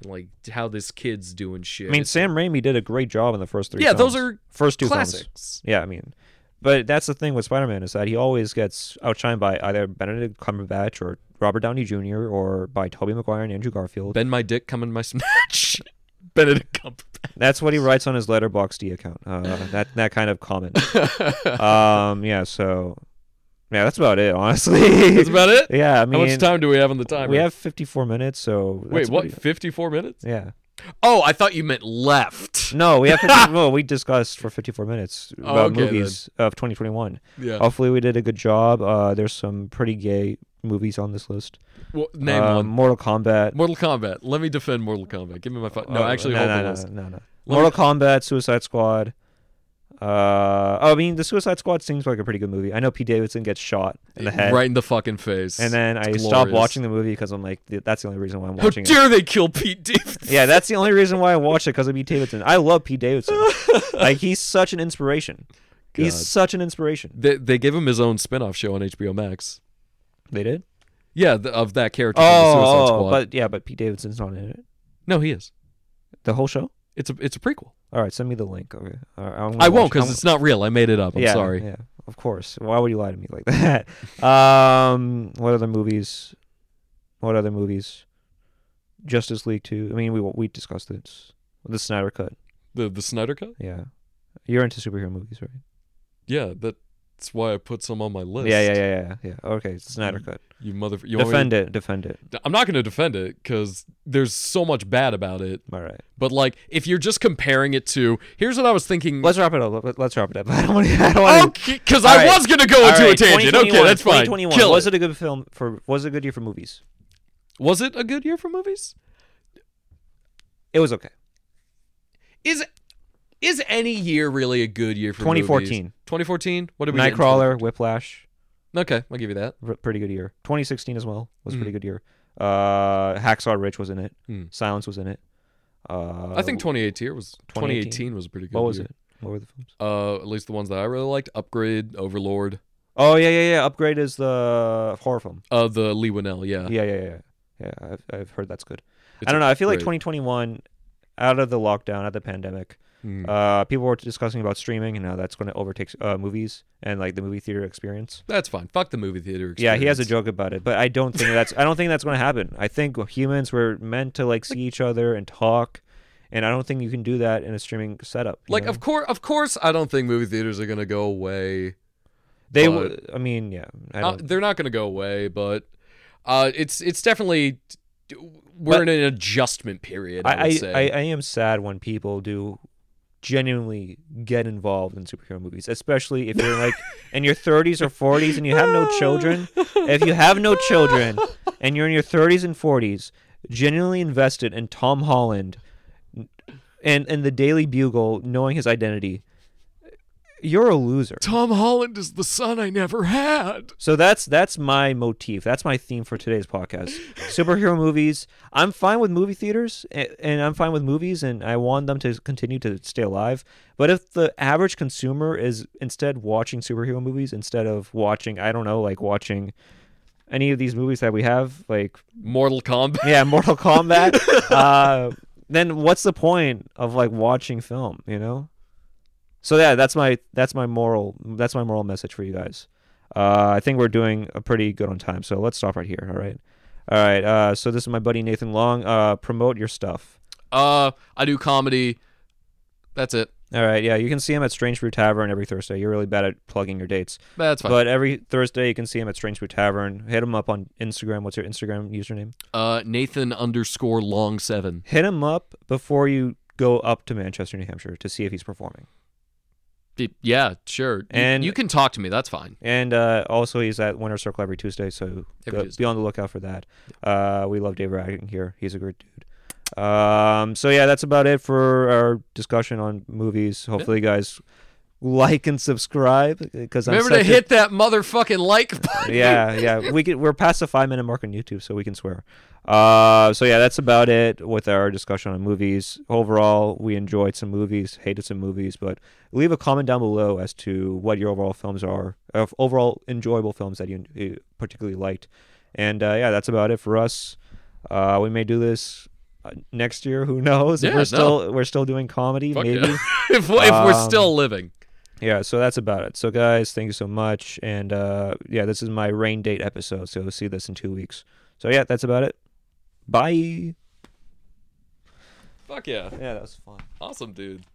[SPEAKER 2] and like how this kid's doing shit
[SPEAKER 1] I mean,
[SPEAKER 2] It's-
[SPEAKER 1] Sam Raimi did a great job in the first three.
[SPEAKER 2] yeah those
[SPEAKER 1] films.
[SPEAKER 2] are
[SPEAKER 1] first two films.
[SPEAKER 2] classics
[SPEAKER 1] Yeah, I mean, but that's the thing with Spider-Man is that he always gets outshined by either Benedict Cumberbatch or Robert Downey Jr. or by Tobey Maguire and Andrew Garfield.
[SPEAKER 2] bend my dick come in my smash [LAUGHS] benedict cumberbatch
[SPEAKER 1] that's what he writes on his Letterboxd account. Uh, that that kind of
[SPEAKER 2] [LAUGHS]
[SPEAKER 1] comment. um, yeah. So, yeah, that's about it. Honestly,
[SPEAKER 2] that's about it
[SPEAKER 1] [LAUGHS] yeah, I mean,
[SPEAKER 2] how much time do we have on the timer
[SPEAKER 1] we have 54 minutes. So
[SPEAKER 2] wait
[SPEAKER 1] that's
[SPEAKER 2] what
[SPEAKER 1] pretty-
[SPEAKER 2] 54
[SPEAKER 1] [LAUGHS]
[SPEAKER 2] minutes
[SPEAKER 1] yeah.
[SPEAKER 2] oh i thought you meant left
[SPEAKER 1] No, we have
[SPEAKER 2] [LAUGHS]
[SPEAKER 1] 50, well, we discussed for 54 minutes
[SPEAKER 2] Oh,
[SPEAKER 1] about
[SPEAKER 2] okay,
[SPEAKER 1] movies of 2021.
[SPEAKER 2] yeah
[SPEAKER 1] Hopefully, we did a good job. Uh, there's some pretty gay movies on this list.
[SPEAKER 2] well, name
[SPEAKER 1] Uh,
[SPEAKER 2] one
[SPEAKER 1] Mortal Kombat.
[SPEAKER 2] Mortal Kombat. Let me defend Mortal Kombat. Give me my phone. No,
[SPEAKER 1] Oh,
[SPEAKER 2] actually,
[SPEAKER 1] no,
[SPEAKER 2] hold
[SPEAKER 1] no,
[SPEAKER 2] on.
[SPEAKER 1] no,
[SPEAKER 2] list.
[SPEAKER 1] no, no.
[SPEAKER 2] me-
[SPEAKER 1] Mortal Kombat, Suicide Squad. Uh, I mean, the Suicide Squad seems like a pretty good movie. I know P. Davidson gets shot in the head,
[SPEAKER 2] Right in the fucking face.
[SPEAKER 1] and then I
[SPEAKER 2] It's
[SPEAKER 1] stopped
[SPEAKER 2] glorious.
[SPEAKER 1] watching the movie because I'm like, "Th- that's the only reason why I'm
[SPEAKER 2] How
[SPEAKER 1] watching it.
[SPEAKER 2] dare they kill Pete Davidson?
[SPEAKER 1] Yeah, that's the only reason why I watch it because of Pete Davidson. I love Pete
[SPEAKER 2] [LAUGHS]
[SPEAKER 1] Davidson. like he's such an inspiration. He's
[SPEAKER 2] God.
[SPEAKER 1] such an inspiration.
[SPEAKER 2] [LAUGHS] They, they gave him his own spin-off show on HBO Max.
[SPEAKER 1] They did.
[SPEAKER 2] Yeah, the, of that character from the Suicide
[SPEAKER 1] Oh,
[SPEAKER 2] Squad.
[SPEAKER 1] but yeah, but Pete Davidson's not in it.
[SPEAKER 2] no, he is.
[SPEAKER 1] The whole show.
[SPEAKER 2] It's a it's a prequel.
[SPEAKER 1] All right, send me the link. Okay, All right, I'm gonna
[SPEAKER 2] I
[SPEAKER 1] Oh,
[SPEAKER 2] won't
[SPEAKER 1] watch it.
[SPEAKER 2] because
[SPEAKER 1] I'm-
[SPEAKER 2] it's not real. I made it up. I'm
[SPEAKER 1] yeah,
[SPEAKER 2] sorry.
[SPEAKER 1] Yeah, of course. Why would you lie to me like [LAUGHS] that? um, what other movies? What other movies? Justice League Two. I mean, we we discussed this. The Snyder Cut.
[SPEAKER 2] The the Snyder Cut.
[SPEAKER 1] Yeah, you're into superhero movies, right?
[SPEAKER 2] Yeah, that's why I put some on my list.
[SPEAKER 1] Yeah, yeah, yeah, yeah, yeah. Okay, it's the Snyder Cut.
[SPEAKER 2] You mother. You want me to-
[SPEAKER 1] Defend it. Defend it.
[SPEAKER 2] I'm not going to defend it because there's so much bad about it.
[SPEAKER 1] All right.
[SPEAKER 2] But like, if you're just comparing it to, here's what I was thinking.
[SPEAKER 1] Let's wrap it up. Let- Let's wrap it up. [LAUGHS] I don't want to. I don't wanna-
[SPEAKER 2] Okay, because
[SPEAKER 1] All
[SPEAKER 2] I
[SPEAKER 1] right.
[SPEAKER 2] was gonna go
[SPEAKER 1] All
[SPEAKER 2] into a
[SPEAKER 1] right,
[SPEAKER 2] tangent. Okay,
[SPEAKER 1] 2021,
[SPEAKER 2] that's fine.
[SPEAKER 1] 2021.
[SPEAKER 2] Kill
[SPEAKER 1] was
[SPEAKER 2] it.
[SPEAKER 1] it. a good film for? Was it a good year for movies?
[SPEAKER 2] Was it a good year for movies?
[SPEAKER 1] It was okay.
[SPEAKER 2] Is is any year really a good year for
[SPEAKER 1] 2014.
[SPEAKER 2] movies? 2014. What did we? get in
[SPEAKER 1] Nightcrawler, Whiplash,
[SPEAKER 2] tw- Okay, I'll give you that.
[SPEAKER 1] r- pretty good year. 2016 as well was a
[SPEAKER 2] Hmm.
[SPEAKER 1] pretty good year. Uh, Hacksaw Ridge was in it.
[SPEAKER 2] Mm.
[SPEAKER 1] Silence was in it. Uh,
[SPEAKER 2] I think 2018 was
[SPEAKER 1] 2018.
[SPEAKER 2] 2018 was a pretty good.
[SPEAKER 1] what was
[SPEAKER 2] year.
[SPEAKER 1] it? What were the films?
[SPEAKER 2] Uh, at least the ones that I really liked: Upgrade, Overlord,
[SPEAKER 1] Oh yeah, yeah, yeah. Upgrade is the horror film.
[SPEAKER 2] uh, the Lee Winnell. Yeah,
[SPEAKER 1] Yeah, yeah, yeah, yeah. yeah I've, I've heard that's good.
[SPEAKER 2] It's
[SPEAKER 1] I don't know. I feel like
[SPEAKER 2] great.
[SPEAKER 1] 2021, out of the lockdown, out of the pandemic,
[SPEAKER 2] Mm.
[SPEAKER 1] uh, people were discussing about streaming and how that's going to overtake uh, movies and like the movie theater experience.
[SPEAKER 2] that's fine. Fuck the movie theater. Experience.
[SPEAKER 1] Yeah, he has a joke about it, but I don't think that's I don't think that's going to happen. I think humans were meant to like see each other and talk, and I don't think you can do that in a streaming setup. you
[SPEAKER 2] Like
[SPEAKER 1] know?
[SPEAKER 2] of course, of course, I don't think movie theaters are gonna go away.
[SPEAKER 1] they, w- I mean, yeah, I
[SPEAKER 2] Uh,
[SPEAKER 1] don't,
[SPEAKER 2] they're not going to go away, but uh, it's it's definitely we're
[SPEAKER 1] But-
[SPEAKER 2] in an adjustment period. I,
[SPEAKER 1] I,
[SPEAKER 2] would
[SPEAKER 1] I,
[SPEAKER 2] say.
[SPEAKER 1] I, I am sad when people do genuinely get involved in superhero movies, especially if you're
[SPEAKER 2] [LAUGHS]
[SPEAKER 1] like in your 30s or 40s and you have no children. If you have no children and you're in your 30s and 40s, genuinely invested in Tom Holland and and the Daily Bugle, knowing his identity, you're a loser.
[SPEAKER 2] Tom Holland is the son I never had.
[SPEAKER 1] So that's that's my motif. That's my theme for today's podcast. Superhero movies. I'm fine with movie theaters, a- and I'm fine with movies, and I want them to continue to stay alive. But if the average consumer is instead watching superhero movies instead of watching, I don't know, like watching any of these movies that we have, like
[SPEAKER 2] Mortal Kombat.
[SPEAKER 1] yeah, Mortal
[SPEAKER 2] [LAUGHS]
[SPEAKER 1] Kombat, uh, then what's the point of like watching film? You know. So yeah, that's my that's my moral that's my moral message for you guys. Uh, I think we're doing a pretty good on time, so let's stop right here. All right, all right. Uh, so this is my buddy Nathan Long. Uh, promote your stuff.
[SPEAKER 2] Uh, I do comedy. That's it.
[SPEAKER 1] All right, yeah, you can see him at Strange Brew Tavern every Thursday. You're really bad at plugging your dates,
[SPEAKER 2] That's fine.
[SPEAKER 1] but every Thursday you can see him at Strange Brew Tavern. Hit him up on Instagram. What's your Instagram username?
[SPEAKER 2] uh, Nathan underscore long seven.
[SPEAKER 1] Hit him up before you go up to Manchester, New Hampshire, to see if he's performing.
[SPEAKER 2] D- Yeah, sure. You-
[SPEAKER 1] And-
[SPEAKER 2] you, can talk to me. That's fine.
[SPEAKER 1] And uh, also, he's at Winter Circle every Tuesday, so
[SPEAKER 2] Every
[SPEAKER 1] go-
[SPEAKER 2] Tuesday.
[SPEAKER 1] be on the lookout for that. Uh, we love Dave Ragin here; he's a great dude. Um, so yeah, that's about it for our discussion on movies. Hopefully, you guys like and subscribe because I'm
[SPEAKER 2] Remember to
[SPEAKER 1] such a-
[SPEAKER 2] hit that motherfucking like [LAUGHS] button.
[SPEAKER 1] yeah, yeah. We could, we're past the five minute mark on YouTube, so we can swear. Uh, so yeah, that's about it with our discussion on movies. Overall, we enjoyed some movies, hated some movies, but leave a comment down below as to what your overall films are, of overall enjoyable films that you uh, particularly liked. And uh, yeah, that's about it for us. Uh, we may do this uh, next year. Who knows? If
[SPEAKER 2] Yeah,
[SPEAKER 1] we're
[SPEAKER 2] no.
[SPEAKER 1] still we're still doing comedy,
[SPEAKER 2] Fuck yeah.
[SPEAKER 1] maybe.
[SPEAKER 2] if, we- if we're
[SPEAKER 1] Um,
[SPEAKER 2] still living.
[SPEAKER 1] Yeah, so that's about it. So guys, thank you so much. And uh yeah, this is my rain date episode, so you'll see this in two weeks. So yeah, that's about it. Bye.
[SPEAKER 2] Fuck yeah.
[SPEAKER 1] Yeah, that was fun.
[SPEAKER 2] Awesome, dude.